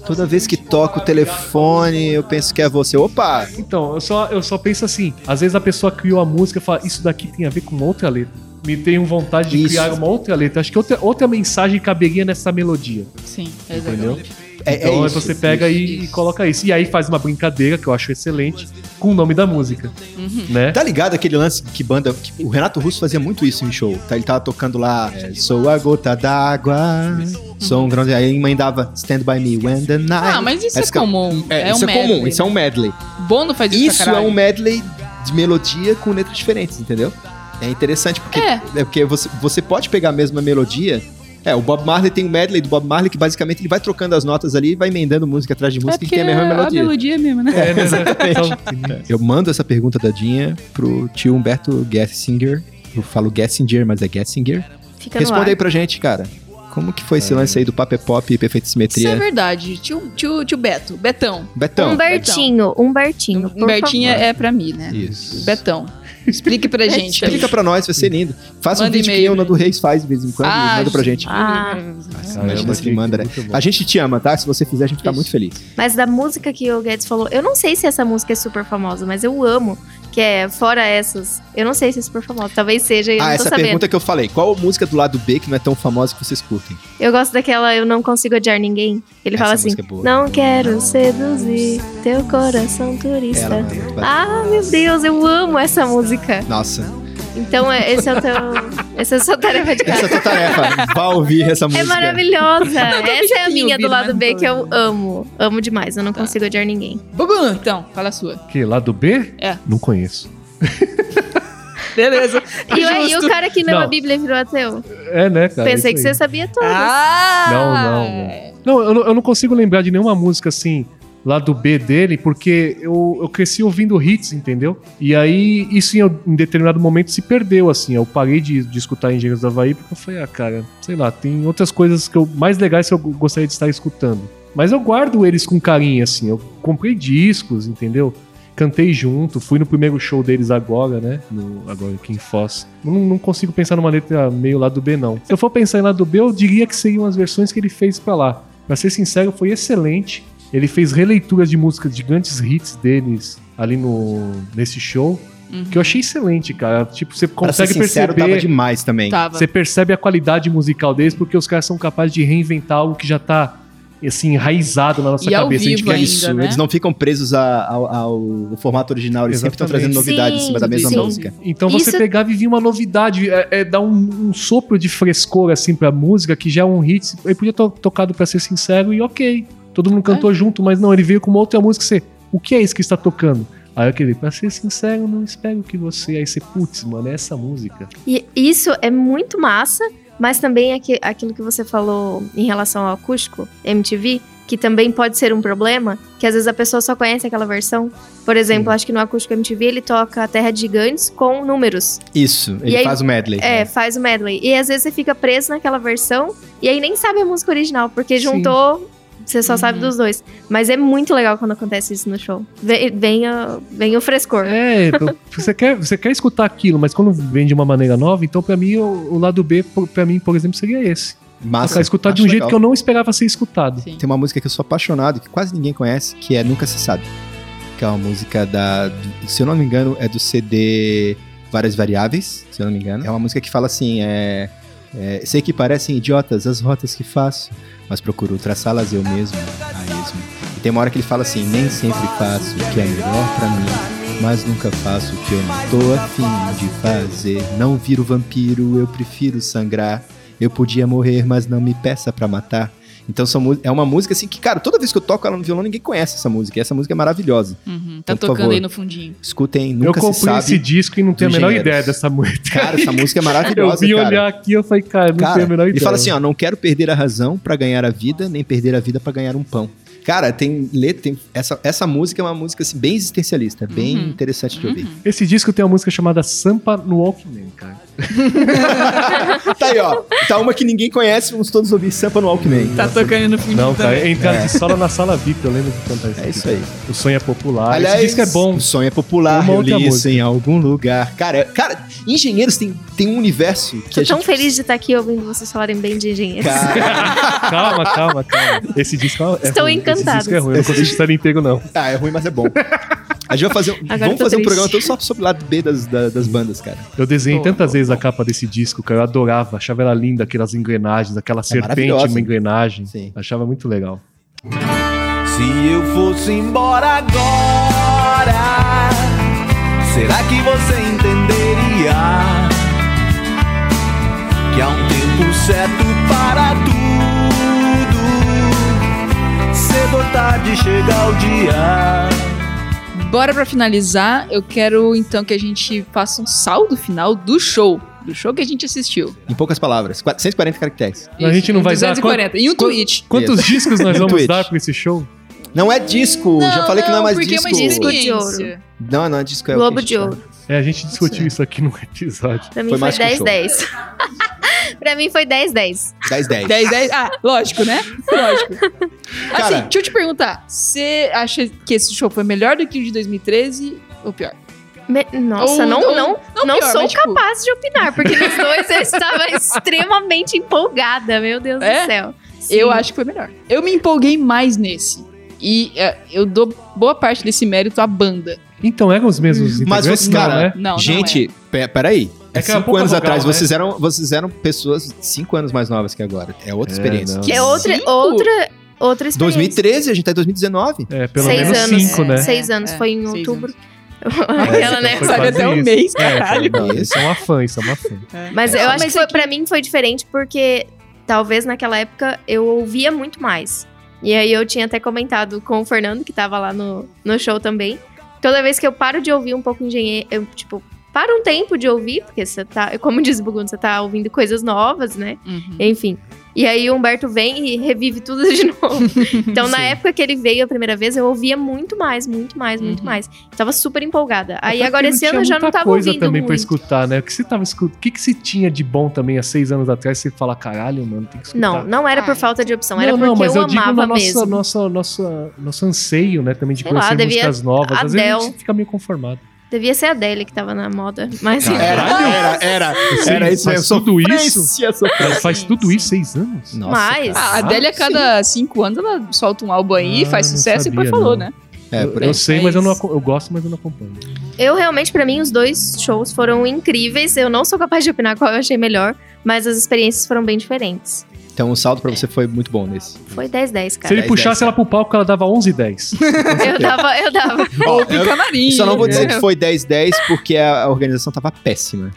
toda vez que toca o telefone, eu penso que é você. Opa!
Então, eu só, eu só penso assim, às vezes a pessoa criou a música e fala, isso daqui tem a ver com outra letra. Me tenho vontade de
Isso.
criar uma outra letra. Acho que outra, outra mensagem caberia nessa melodia,
É. Sim,
entendeu?
exatamente.
É,
então
é
aí
isso,
você pega
isso.
e, e coloca isso. E aí faz uma brincadeira, que eu acho excelente, com o nome da música,
Uhum.
né?
Tá ligado aquele lance que banda. que o Renato Russo fazia muito isso em show. Tá, ele tava tocando lá. é, Sou a gota d'água. Sou um grande. Aí ele mandava Stand By Me When the Night.
Ah, mas isso é
Essa-
comum. É,
É, isso
um
é comum,
medley.
isso é um medley.
Bono faz isso,
Isso
pra
é
caralho.
um medley de melodia com letras diferentes, entendeu? É interessante porque,
É.
é. porque você, você pode pegar a mesma melodia. É, o Bob Marley tem um medley do Bob Marley que basicamente ele vai trocando as notas ali e vai emendando música atrás de música e
porque
tem a mesma melodia. Então, é.
mesmo, né?
É, né?
Eu mando essa pergunta da Dinha pro tio Humberto Gessinger. Eu falo Gessinger, mas é Gessinger.
Tá
Fica no ar.
Responde aí pra gente, cara. Como que foi esse lance aí do Papo é Pop e Perfeita
Isso é
Simetria?
verdade. Tio, tio, tio Beto, Betão.
Betão.
Humbertinho, Humbertinho. por
Humbertinha é pra mim, né?
Isso. É
Betão. Explique pra gente.
Explica pra nós, vai ser lindo. Faça um
Manda
vídeo que
e-mail,
o
né?
Nando Reis faz de vez em quando
Ah,
e manda pra gente.
favor. Ah,
Imagina
Caramba,
se ele manda, né?
muito bom.
A gente te ama, tá? Se você fizer, a gente fica
Isso.
muito feliz.
mas da música que o Guedes falou, eu não sei se essa música é super famosa, mas eu amo. Que é, fora essas, eu não sei se é super famosa. Talvez seja, eu
ah,
não tô
essa
sabendo.
pergunta que eu falei. Qual música do lado B que não é tão famosa que vocês curtem?
Eu gosto daquela Eu Não Consigo Odiar Ninguém. Ele
Essa
fala assim:
música é boa.
Não quero seduzir teu coração turista.
Ela, é muito bacana.
Ah, meu Deus, eu amo essa música.
Nossa,
Então, é- esse é o teu, essa é a sua tarefa de
essa é
casa.
a tua tarefa. Vá ouvir essa música.
É maravilhosa. Essa é a
tenho
minha do
ouvido,
né,
lado
mas
B
não tô
que eu
ouvindo.
amo. Amo demais. Eu
Tá.
não consigo odiar ninguém.
Bubu, então, fala a sua.
Que, lá do B?
É.
Não conheço.
Beleza.
E, o- e o
Justo.
cara que leu
Não.
a Bíblia e virou ateu?
É, né, cara?
Pensei que
Isso
você
aí.
sabia tudo.
Ah!
Não, não, Não, eu não, eu não consigo lembrar de nenhuma música assim, lá do B dele, porque eu, eu cresci ouvindo hits, entendeu? E aí isso em, em determinado momento se perdeu, assim. Eu parei de, de escutar Engenheiros da Havaí porque eu falei, ah, cara, sei lá, tem outras coisas que eu, mais legais que eu gostaria de estar escutando. Mas eu guardo eles com carinho, assim. Eu comprei discos, entendeu? Cantei junto, fui no primeiro show deles agora, né? No, agora aqui em Foz. Não, não consigo pensar numa letra meio lado B, não. Se eu for pensar em lado B, eu diria que seriam as versões que ele fez pra lá. Pra ser sincero, foi excelente. Ele fez releituras de músicas de grandes hits deles ali no, nesse show. Que eu achei excelente, cara. Tipo, você
Pra ser
consegue
sincero, tava
perceber.
demais também.
Tá
Tava.
Você percebe a qualidade musical deles porque os caras são capazes de reinventar algo que já tá assim enraizado na nossa
E ao
cabeça. A gente
vivo
quer
ainda,
Isso,
né?
eles não ficam presos a- ao, ao- ao formato original, eles sempre estão
Exatamente.
trazendo novidades em
Sim,
cima da mesma
sim.
música.
Então você
Isso-
pegar e vir uma novidade, é, é dar um, um sopro de frescor assim pra música que já é um hit. Ele podia ter tocado pra ser sincero e ok. Todo mundo cantou
É.
junto, mas não, ele veio com uma outra música que você. O que é isso que está tocando? Aí aquele, pra ser sincero, não espero que você. Aí você, putz, mano, é essa música.
E isso é muito massa, mas também aqui- aquilo que você falou em relação ao acústico, MTV, que também pode ser um problema, que às vezes a pessoa só conhece aquela versão. Por exemplo, acho que no acústico MTV ele toca Terra de Gigantes com números.
Isso, ele
E aí-
faz o medley.
É, faz o medley. E às vezes você fica preso naquela versão e aí nem sabe a música original, porque
Sim.
juntou. Você só
Uhum.
sabe dos dois. Mas é muito legal quando acontece isso no show. Vem, vem, a- vem o frescor.
É, p- você quer, você quer escutar aquilo, mas quando vem de uma maneira nova, então pra mim o, o lado B, por- pra mim, por exemplo, seria esse.
Massa,
Tocar, escutar de um jeito que eu não esperava ser escutado.
Sim.
Tem uma música que eu sou apaixonado, que quase ninguém conhece, que é Nunca Se Sabe. Que é uma música da. do- se eu não me engano, é do CD Várias Variáveis, se eu não me engano. É uma música que fala assim: é. é, sei que parecem idiotas as rotas que faço, mas procuro traçá-las eu mesmo, a esmo. E Tem uma hora que ele fala assim: nem sempre faço o que é melhor pra mim, mas nunca faço o que eu não tô afim de fazer. Não viro vampiro, eu prefiro sangrar. Eu podia morrer, mas não me peça pra matar. Então são mu- é uma música assim que, cara, toda vez que eu toco ela no violão, ninguém conhece essa música. E essa música é maravilhosa.
Uhum, tá
Então, por
tocando
favor.
aí no fundinho.
Escutem,
Eu
nunca se
comprei
sabe.
esse disco e não tenho a
dos
menor
gêneros.
ideia dessa música.
Cara, essa música é
Eu
maravilhosa,
vim
cara.
olhar aqui e eu falei, cara, não
Cara,
tenho a menor ideia.
ele fala assim, ó, não quero perder a razão pra ganhar a vida, nem perder a vida pra ganhar um pão. Cara, tem letra, tem essa, essa música é uma música assim, bem existencialista, bem
Uhum.
interessante de ouvir.
Esse disco tem uma música chamada Sampa no Walkman, cara.
Tá aí, ó. Tá uma que ninguém conhece, vamos todos ouvir Sampa no Walkman.
Tá tocando no fundinho
Não, cara, é
também.
entrada de solo na sala VIP, eu lembro de cantar isso.
É
aqui.
isso aí.
O sonho é popular.
Aliás,
Esse disco é bom.
o sonho é popular,
Uma
eu li
outra
isso
música.
em algum lugar. Cara, é- cara engenheiros tem, tem um universo que
Tô
a
tão
gente...
feliz de estar aqui ouvindo vocês falarem bem de engenheiros.
Cara,
Calma, calma, calma. Esse disco é
Estou
ruim. Esse
encantada.
disco é ruim, eu não consigo estar inteiro, não.
ah, é ruim, mas é bom. A gente vai fazer, um-
Agora
vamos
eu tô
fazer um
triste.
programa todo só sobre o lado B das, da- das bandas, cara.
Eu desenhei tantas vezes a capa desse disco, cara. Eu adorava, achava ela linda, aquelas engrenagens, aquela
É
serpente,
maravilhosa.
uma engrenagem.
Sim.
Achava muito legal.
Se eu fosse embora agora, será que você entenderia que há um tempo certo para tudo? Cedo ou tarde chega o dia.
Bora pra finalizar. Eu quero então que a gente faça um saldo final do show. Do show que a gente assistiu.
Em poucas palavras, qua- 140 caracteres.
A gente não vai dar
240. Em um tweet.
Quantos discos nós
No
vamos
Twitch.
dar pra esse show?
Não é disco, já falei que não é mais
porque
disco.
é uma
Disco de
experiência.
Não, não é disco, é o
Globo
que a gente
de
fala.
Ouro.
É, a gente discutiu isso aqui num episódio.
Pra
Foi
mim foi
mais que um
10-10. pra mim foi
10,
10-10.
10.
10, 10. Ah, lógico, né? Lógico.
Cara-
assim, deixa eu te perguntar. Você acha que esse show foi melhor do que o de 2013 ou pior?
Me- Nossa,
Ou-
não,
ou-
não, não,
pior,
sou
mas, tipo,
capaz de opinar, porque nos dois eu estava extremamente empolgada, meu Deus
É?
do céu.
Eu
Sim.
acho que foi melhor. Eu me empolguei mais nesse. E é, eu dou boa parte desse mérito à banda.
Então eram os mesmos
Mas
integrantes,
você,
não,
cara,
né?
Não, não
gente, pe- peraí.
É
É
que é
cinco
pouca
anos
vogal,
atrás,
né?
vocês, eram, vocês eram pessoas cinco anos mais novas que agora. É outra
É,
experiência.
não.
Que
É outra,
Cinco?
outra, outra experiência.
2013, a gente tá em 2019.
É, pelo
Seis
menos
anos.
cinco, né? É, então
Seis anos, foi
É,
em
seis
outubro.
anos.
Aquela, né?
Foi
Sabe
quase
até um
isso.
mês,
É,
caralho.
foi- não, Isso é uma fã, isso é uma fã.
Mas
É,
eu
só-
acho que
mas
foi,
é que-
pra mim foi diferente porque talvez naquela época eu ouvia muito mais. E aí eu tinha até comentado com o Fernando, que tava lá no, no show também. Toda vez que eu paro de ouvir um pouco engenheiro, eu, tipo, paro um tempo de ouvir, porque você tá, como diz o Bugundo, você tá ouvindo coisas novas, né?
Uhum.
Enfim. E aí o Humberto vem e revive tudo de novo. Então, na
Sim.
época que ele veio a primeira vez, eu ouvia muito mais, muito mais, muito
Uhum.
mais. Tava super empolgada. Aí
Até
agora
porque
esse
não
ano eu já
tinha
não
muita
tava
coisa
ouvindo
também pra
muito.
escutar, né? O que você tava escutando? O que, que você tinha de bom também há seis anos atrás? Você fala, caralho, mano, tem que escutar.
Não, não era
Ah,
por falta de opção, era porque eu, amava mesmo.
nossa, nossa, nossa, nosso anseio, né, também de
Sei
conhecer
lá, devia-
músicas novas. Às vezes a
Adele.
gente fica meio conformado.
Devia ser a Adele que tava na moda, mas
Era, era, era. Era isso
faz
mesmo. sou
tudo
França,
isso?
eu sou-
Ela faz
Sim,
tudo
sim.
isso seis anos?
Nossa,
Mas- é
cara.
A Adele, a cada cinco anos, ela solta um álbum aí,
Ah,
faz
não
sucesso e
sabia,
depois falou,
não.
né?
um.
É, por aí.
eu sei, mas eu, não,
Mas-
aco- eu gosto, mas eu não acompanho.
eu realmente, pra mim, os dois shows foram incríveis. Eu não sou capaz de opinar qual eu achei melhor, mas as experiências foram bem diferentes.
Então o saldo pra você foi muito bom nesse.
Foi 10-10,
Se
cara.
ele
10,
puxasse
10,
ela pro palco, ela dava 11 e 10.
Eu dava, eu dava.
Ó,
Pro
eu
camarim.
só não vou dizer
Tá
que
entendeu?
foi 10-10 porque a a organização tava péssima.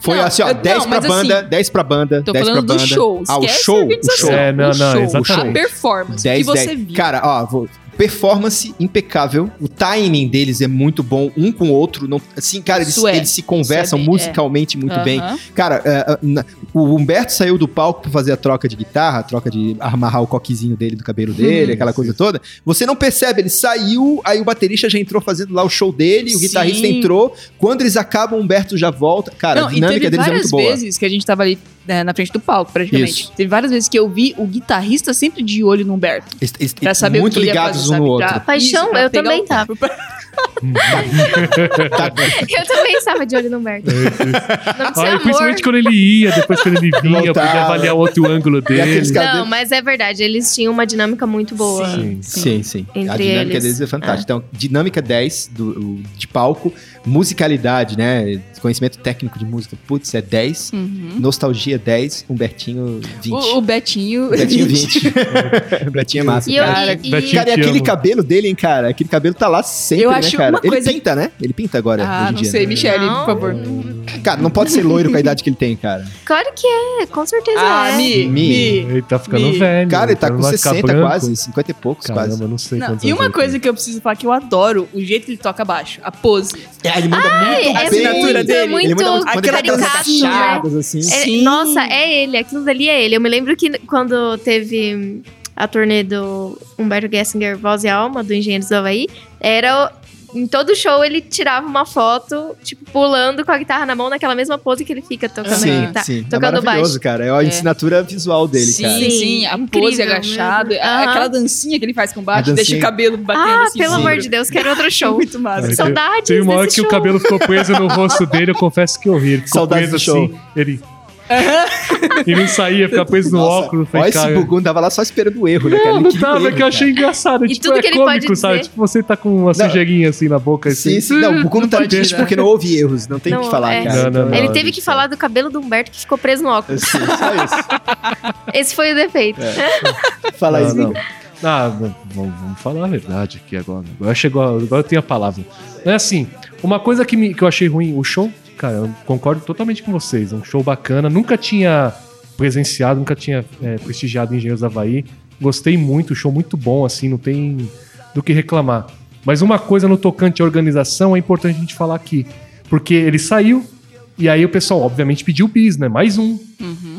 Foi
Não,
assim, ó,
eu- não,
10 pra
mas assim,
banda, 10 pra banda,
Tô
10 pra
falando
banda.
do show.
Ah, o
Esquece a
show, o
organização.
show.
É, não,
O
não,
show,
exatamente.
A performance. o
10,
que você
10.
viu.
Cara, ó, vou- performance impecável. O timing deles é muito bom, um com o outro. Não, assim, cara, eles,
Isso é.
eles se conversam
Isso é bem-
musicalmente muito bem.
Aham.
Cara, é, é, na- o Humberto saiu do palco pra fazer a troca de guitarra, a troca de amarrar o coquezinho dele do cabelo dele, aquela coisa toda. Você não percebe, ele saiu, aí o baterista já entrou fazendo lá o show dele, o
Sim.
guitarrista entrou. Quando eles acabam, o Humberto já volta. Cara,
não,
a
e teve
dinâmica deles é muito
várias
boa.
vezes que a gente tava ali né, na frente do palco, praticamente.
Isso.
Teve várias vezes que eu vi o guitarrista sempre de olho no Humberto.
Eles- eles-
Pra saber o
muito
que ele ia
ligados
fazer,
um no
sabe?
outro.
Pra-
Paixão,
pra
eu
pegar
também
o-
tava.
Tá.
Tá,
Eu também estava de olho no Humberto. Não
Ah,
precisa
e
amor.
É, principalmente quando ele ia, depois quando ele vinha, eu podia
Voltava.
avaliar outro ângulo
E aqueles
dele.
caras-
Não, mas é verdade, eles tinham uma dinâmica muito boa.
Sim.
Sim, sim. a
Entre
dinâmica
eles.
deles é fantástica. Então, dinâmica 10 do, de palco, musicalidade, né? Conhecimento técnico de música, putz, é 10.
Uhum.
Nostalgia 10, Humbertinho 20.
O, o Betinho.
Betinho 20. Betinho é massa.
E eu,
cara.
Cara,
e, e,
Betinho.
Cara, e
Te
aquele
amo.
cabelo dele, hein, cara? Aquele cabelo tá lá sempre,
Eu
né,
acho
cara?
uma
Ele
coisa-
pinta, né? Ele pinta
Ah,
agora, hoje em
não
dia,
sei,
né?
Michele,
Não.
por favor.
Cara, não pode ser loiro com a idade que ele tem, cara.
claro que é, com certeza
Ah,
é.
Mi,
Mi.
Mi.
Ele tá ficando
Me-
velho.
Cara, ele tá
então
com
vai ficar
60
branco.
quase, 50 e poucos
Caramba,
quase.
não sei
Não,
quantos
e
anos
uma
ele
coisa que eu preciso falar que eu adoro, o jeito que ele toca baixo, a pose.
É, ele manda muito
é
bem.
assinatura dele.
Ele
Muito
manda muito- quando ele tá dando
caricato,
essas
né?
chadas, assim.
É-
Sim.
nossa, é ele, aquilo dali é ele. Eu me lembro que quando teve hum, a turnê do Humberto Gessinger, Voz e Alma, do Engenheiros do Havaí, era. o- Em todo show ele tirava uma foto, tipo, pulando com a guitarra na mão, naquela mesma pose que ele fica tocando
Sim,
a guitarra.
sim. é
Tocando
maravilhoso,
baixo.
cara. É a assinatura visual dele,
sim,
cara.
sim,
Sim,
a
incrível
pose agachada,
mesmo.
a-
Aham.
aquela dancinha que ele faz com baixo,
A
deixa
dancinha.
o cabelo batendo
Ah,
assim.
pelo
sim.
amor de Deus, quero outro show.
Muito massa.
Ai,
Saudades
Tem uma hora que
desse
o
show.
cabelo ficou preso no rosto dele, eu confesso que eu ri. Ele ficou
Saudades
preso
do
assim, ele. e não saía, ficava preso no
Nossa,
óculos.
Olha
Falei,
esse
cara.
bugundo, tava lá só esperando o erro, né, cara?
Não,
Ele
não
queria o
tava, é
erro,
que eu achei engraçado.
E
tipo,
tudo
é
que ele
cômico,
pode
sabe?
dizer.
Tipo, você tá com uma sujeirinha assim na boca.
cara. Sim,
Assim.
sim. Não, o Bugundo tá
pode
triste
tirar.
porque não houve erros, não tem o que
Não,
falar,
é.
cara.
Não, não, não.
Ele
Meu
teve que falar do cabelo do Humberto que ficou preso no óculos.
Sim, só isso.
É.
Esse foi o defeito.
Fala
Não,
isso. então.
não. Ah, v- vamos, vamos falar a verdade aqui agora. Agora chegou, a- agora eu tenho a palavra. É assim, uma coisa que, me- que eu achei ruim, o show, cara, eu concordo totalmente com vocês. é Um show bacana, nunca tinha presenciado, nunca tinha é, prestigiado Engenheiros da Havaí. Gostei muito, show muito bom, assim, não tem do que reclamar. Mas uma coisa no tocante à organização é importante a gente falar aqui. Porque ele saiu, e aí o pessoal, obviamente, pediu bis, né? Mais um.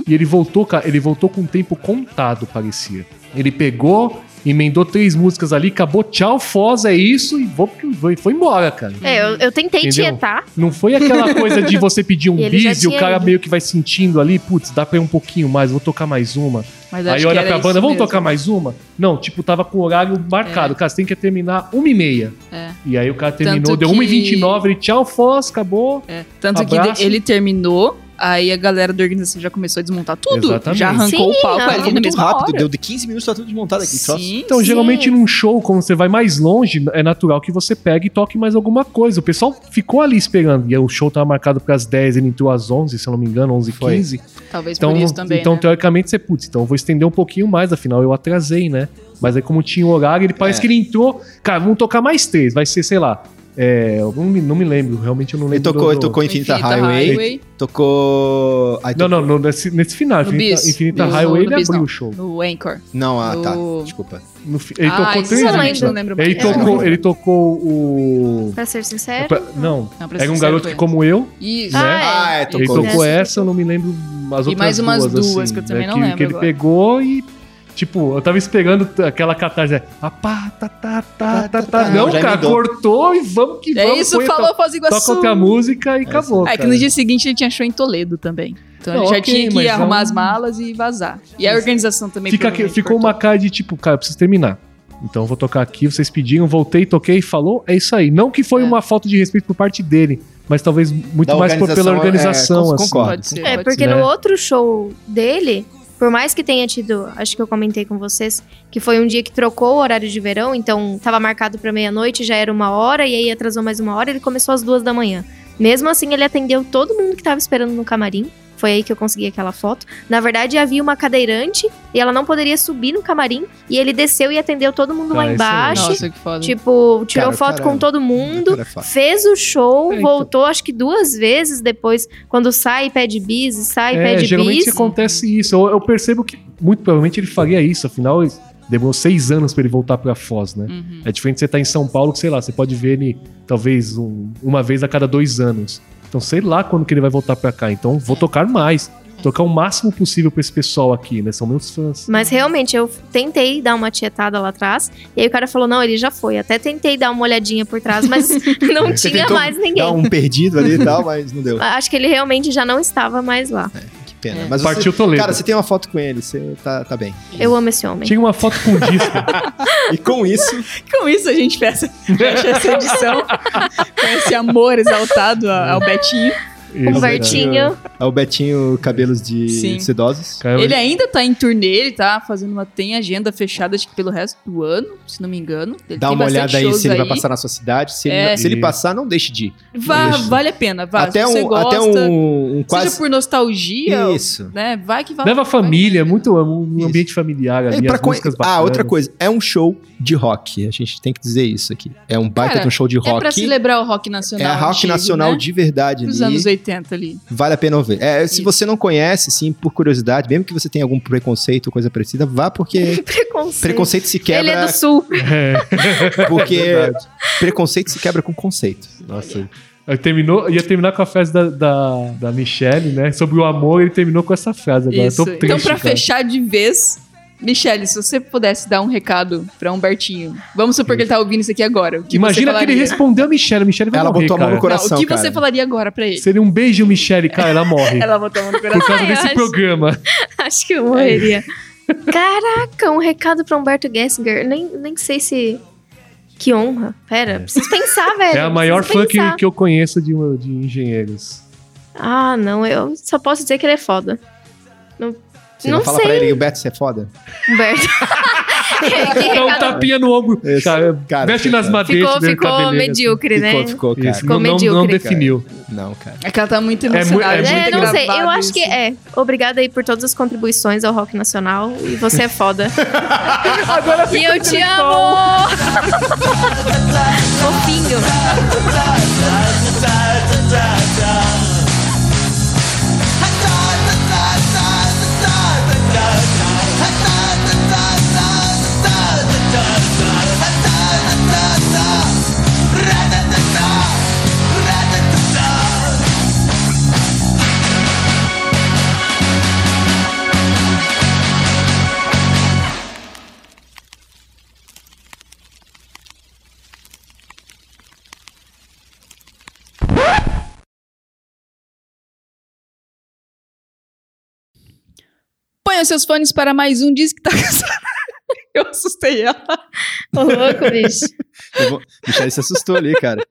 E ele voltou, cara, ele voltou com o tempo contado, parecia. Ele pegou, emendou três músicas ali, acabou, tchau, Foz, é isso, e vou, foi, foi embora, cara.
É, eu, eu tentei
Entendeu?
tietar.
Não foi aquela coisa de você pedir um
E ele já
bis e o
tinha
cara
ido.
meio que vai sentindo ali, putz, dá pra ir um pouquinho mais, vou tocar mais uma.
Mas acho
Aí
que
olha
era
pra
isso
banda, vamos
mesmo.
tocar mais uma? Não, tipo, tava com o horário marcado. Cara, você tem que terminar uma e meia.
É.
E aí o cara terminou,
Tanto
deu
que-
1h29, ele tchau, Foz, acabou.
É, Tanto que
Abraço.
de- ele terminou, aí a galera da organização já começou a desmontar tudo.
Exatamente.
Já arrancou
Sim,
o palco
não.
Cara,
ali
ele foi
na
muito
mesma
Tá rápido,
hora.
deu de 15 minutos, tá tudo desmontado aqui. troço.
Sim,
Então,
sim.
geralmente num show, como você vai mais longe, é natural que você pegue e toque mais alguma coisa. O pessoal ficou ali esperando. E o show tava marcado para as 10, ele entrou às 11, se eu não me engano, 11 h
Foi.
15.
Talvez
Então,
por isso também,
então
né?
teoricamente, você, putz, então eu vou estender um pouquinho mais, afinal eu atrasei, né? Mas aí, como tinha o horário, ele parece
É.
que ele entrou. Cara, vamos tocar mais três, vai ser, sei lá. É, eu não, me, não me lembro, realmente eu não lembro.
Ele tocou,
do-
ele tocou Infinita, Highway, tocou... Aí
Não,
tocou-
não, não, nesse, nesse final,
No
Infinita,
bis.
Infinita
No-
Highway,
no
ele
bis,
abriu
não.
o show.
No Anchor.
Não, ah, tá,
No-
desculpa.
No fi- ele
Ah,
tocou
isso
três
eu
vezes.
lembro, lembro
ele,
mais.
tocou,
É.
ele tocou o.
Pra ser sincero.
Pra- não,
Não, pra
era um
ser
garoto
sincero,
que, como eu,
Isso.
né?
Ah, é,
ele
Tocou
tocou
essa.
essa, eu não me lembro as outras duas.
E mais umas duas
assim,
que eu também
né,
não
que,
lembro
Que ele
agora.
pegou e, tipo, eu tava esperando t- aquela catarse. né? Ah, pá, tá, tá, tá, tá, tá.
tá.
Não,
Não, já
cara,
emendou.
cortou e vamos que
É
vamos.
isso,
põe,
falou
to-
Foz do
Toca
Iguaçu.
outra música e acabou.
É que no
cara.
dia seguinte ele tinha show em Toledo também. Então
Não,
ele já
ok,
tinha que
mas
arrumar
não-
as malas e vazar. E a organização também
Fica, que-
provavelmente
ficou
cortou.
uma cara de tipo, cara, eu preciso terminar. Então eu vou tocar aqui, vocês pediram, voltei, toquei, falou, é isso aí. Não que foi
É.
uma falta de respeito por parte dele, mas talvez muito
Da
mais por- pela
organização, é,
organização.
con-
assim.
concordo.
Pode ser.
É,
pode
porque
ser.
no
Né?
outro show dele, por mais que tenha tido, acho que eu comentei com vocês, que foi um dia que trocou o horário de verão, então tava marcado pra meia-noite, já era uma hora, e aí atrasou mais uma hora, ele começou às duas da manhã. Mesmo assim, ele atendeu todo mundo que tava esperando no camarim. Foi aí que eu consegui aquela foto. Na verdade, havia uma cadeirante e ela não poderia subir no camarim. E ele desceu e atendeu todo mundo
Ah,
lá
isso é
embaixo.
Nossa, que foda.
Tipo, tirou
Cara,
foto
cara,
com todo mundo,
cara é fácil.
fez o show,
É, então.
voltou acho que duas vezes depois, quando sai e pede bis, e sai e
É,
pede
geralmente
bis.
acontece isso. Eu, eu percebo que muito provavelmente ele faria isso. Afinal, ele- demorou seis anos pra ele voltar pra Foz, né?
Uhum.
É diferente de você estar em São Paulo, que sei lá, você pode ver ele talvez um- uma vez a cada dois anos. Então sei lá quando que ele vai voltar pra cá. Então vou tocar mais. Tocar o máximo possível pra esse pessoal aqui, né? São meus fãs.
Mas realmente, eu tentei dar uma tietada lá atrás, e aí o cara falou, não, ele já foi. Até tentei dar uma olhadinha por trás, mas não
Você
tinha
tentou um-
mais ninguém.
Dá um perdido ali e tal, mas não deu. É,
Acho que ele realmente já não estava mais lá.
pena.
É.
Mas
Partiu
você,
Toledo.
Cara, você tem uma foto com ele, você tá, tá bem.
Eu amo esse homem.
Tinha uma foto com disco.
E com isso,
Com isso a gente fecha, fecha essa edição. com esse amor exaltado a- ao Betinho.
O
Isso,
Bertinho.
é o Betinho Cabelos de
Sim.
Sedosos.
cara.
Ele ainda tá em turnê, ele tá fazendo uma. Tem agenda fechada, acho que pelo resto do ano, se não me engano. Ele
Dá
tem
uma
bastante
olhada aí
shows
se ele vai passar na sua cidade. Se,
É.
ele, se ele
Isso.
passar, não deixe de ir.
Vá,
Isso.
vale a pena, vá.
até,
se você
um,
gosta,
até um, um
Seja
quase.
por nostalgia,
Isso.
né? Vai que vai.
Leva a
vai.
família, é muito um
Isso.
ambiente familiar
É,
ali,
pra
as
co-
músicas bacanas.
Ah, outra coisa. É um show de rock. A gente tem que dizer isso aqui. É um baita
Cara,
de um show de
É pra
rock.
celebrar o rock nacional.
é rock
antigo,
nacional
né?
de verdade.
dos
ali.
anos 80 ali.
Vale a pena ouvir. É, se
Isso.
você não conhece, sim, por curiosidade, mesmo que você tenha algum preconceito ou coisa parecida, vá porque
Preconceito.
preconceito se
Ele é
quebra
do sul.
porque
É verdade.
preconceito se quebra com conceito.
Nossa. Aí terminou, ia terminar com a frase da, da, da Michelle, né? Sobre o amor, ele terminou com essa frase agora.
Isso.
Eu tô triste,
então, pra
cara.
fechar de vez, Michele, se você pudesse dar um recado pra Humbertinho, vamos supor que ele tá ouvindo isso aqui agora. o que
Imagina
você
que ele
falaria?
respondeu a Michelle. A Michelle vai
Ela
morrer,
botou a mão
cara.
no coração,
Não, o que
cara.
você falaria agora pra ele?
Seria um beijo, Michelle, cara, ela morre.
Ela botou a mão no coração.
Por causa
Ai, eu
desse
acho-
programa.
Acho que
É.
eu morreria. Caraca, um recado pra Humberto Gessinger. Nem, nem sei se. Que honra.
É.
Pera, preciso pensar, velho.
É a maior
preciso
fã que,
pensar.
que eu conheço de, de engenheiros.
Ah, não, eu só posso dizer que ele é foda. Não,
Você
não
não, fala
sei,
pra ele, Beto, você é foda?
Humberto. Que
Dá um
recado-
tapinha no ombro.
Esse-
cara,
cara,
mexe nas
ficou-
madeixas.
ficou
né,
ficou
cabeleiras.
medíocre, né?
Ficou, ficou, cara.
Isso, não, não,
medíocre,
não
cara.
definiu.
Não, cara.
É que ela tá muito
mu- é
emocionada.
muito
É,
muito
não sei, eu
gravado
acho que
isso.
é. Obrigada aí por todas as contribuições ao rock nacional e você é foda. Agora e eu te amo! Fofinho.
Põe os seus fones para mais um disco que tá cansado. Eu assustei ela.
Ô, louco, bicho.
Eu vou- Michele se assustou ali, cara.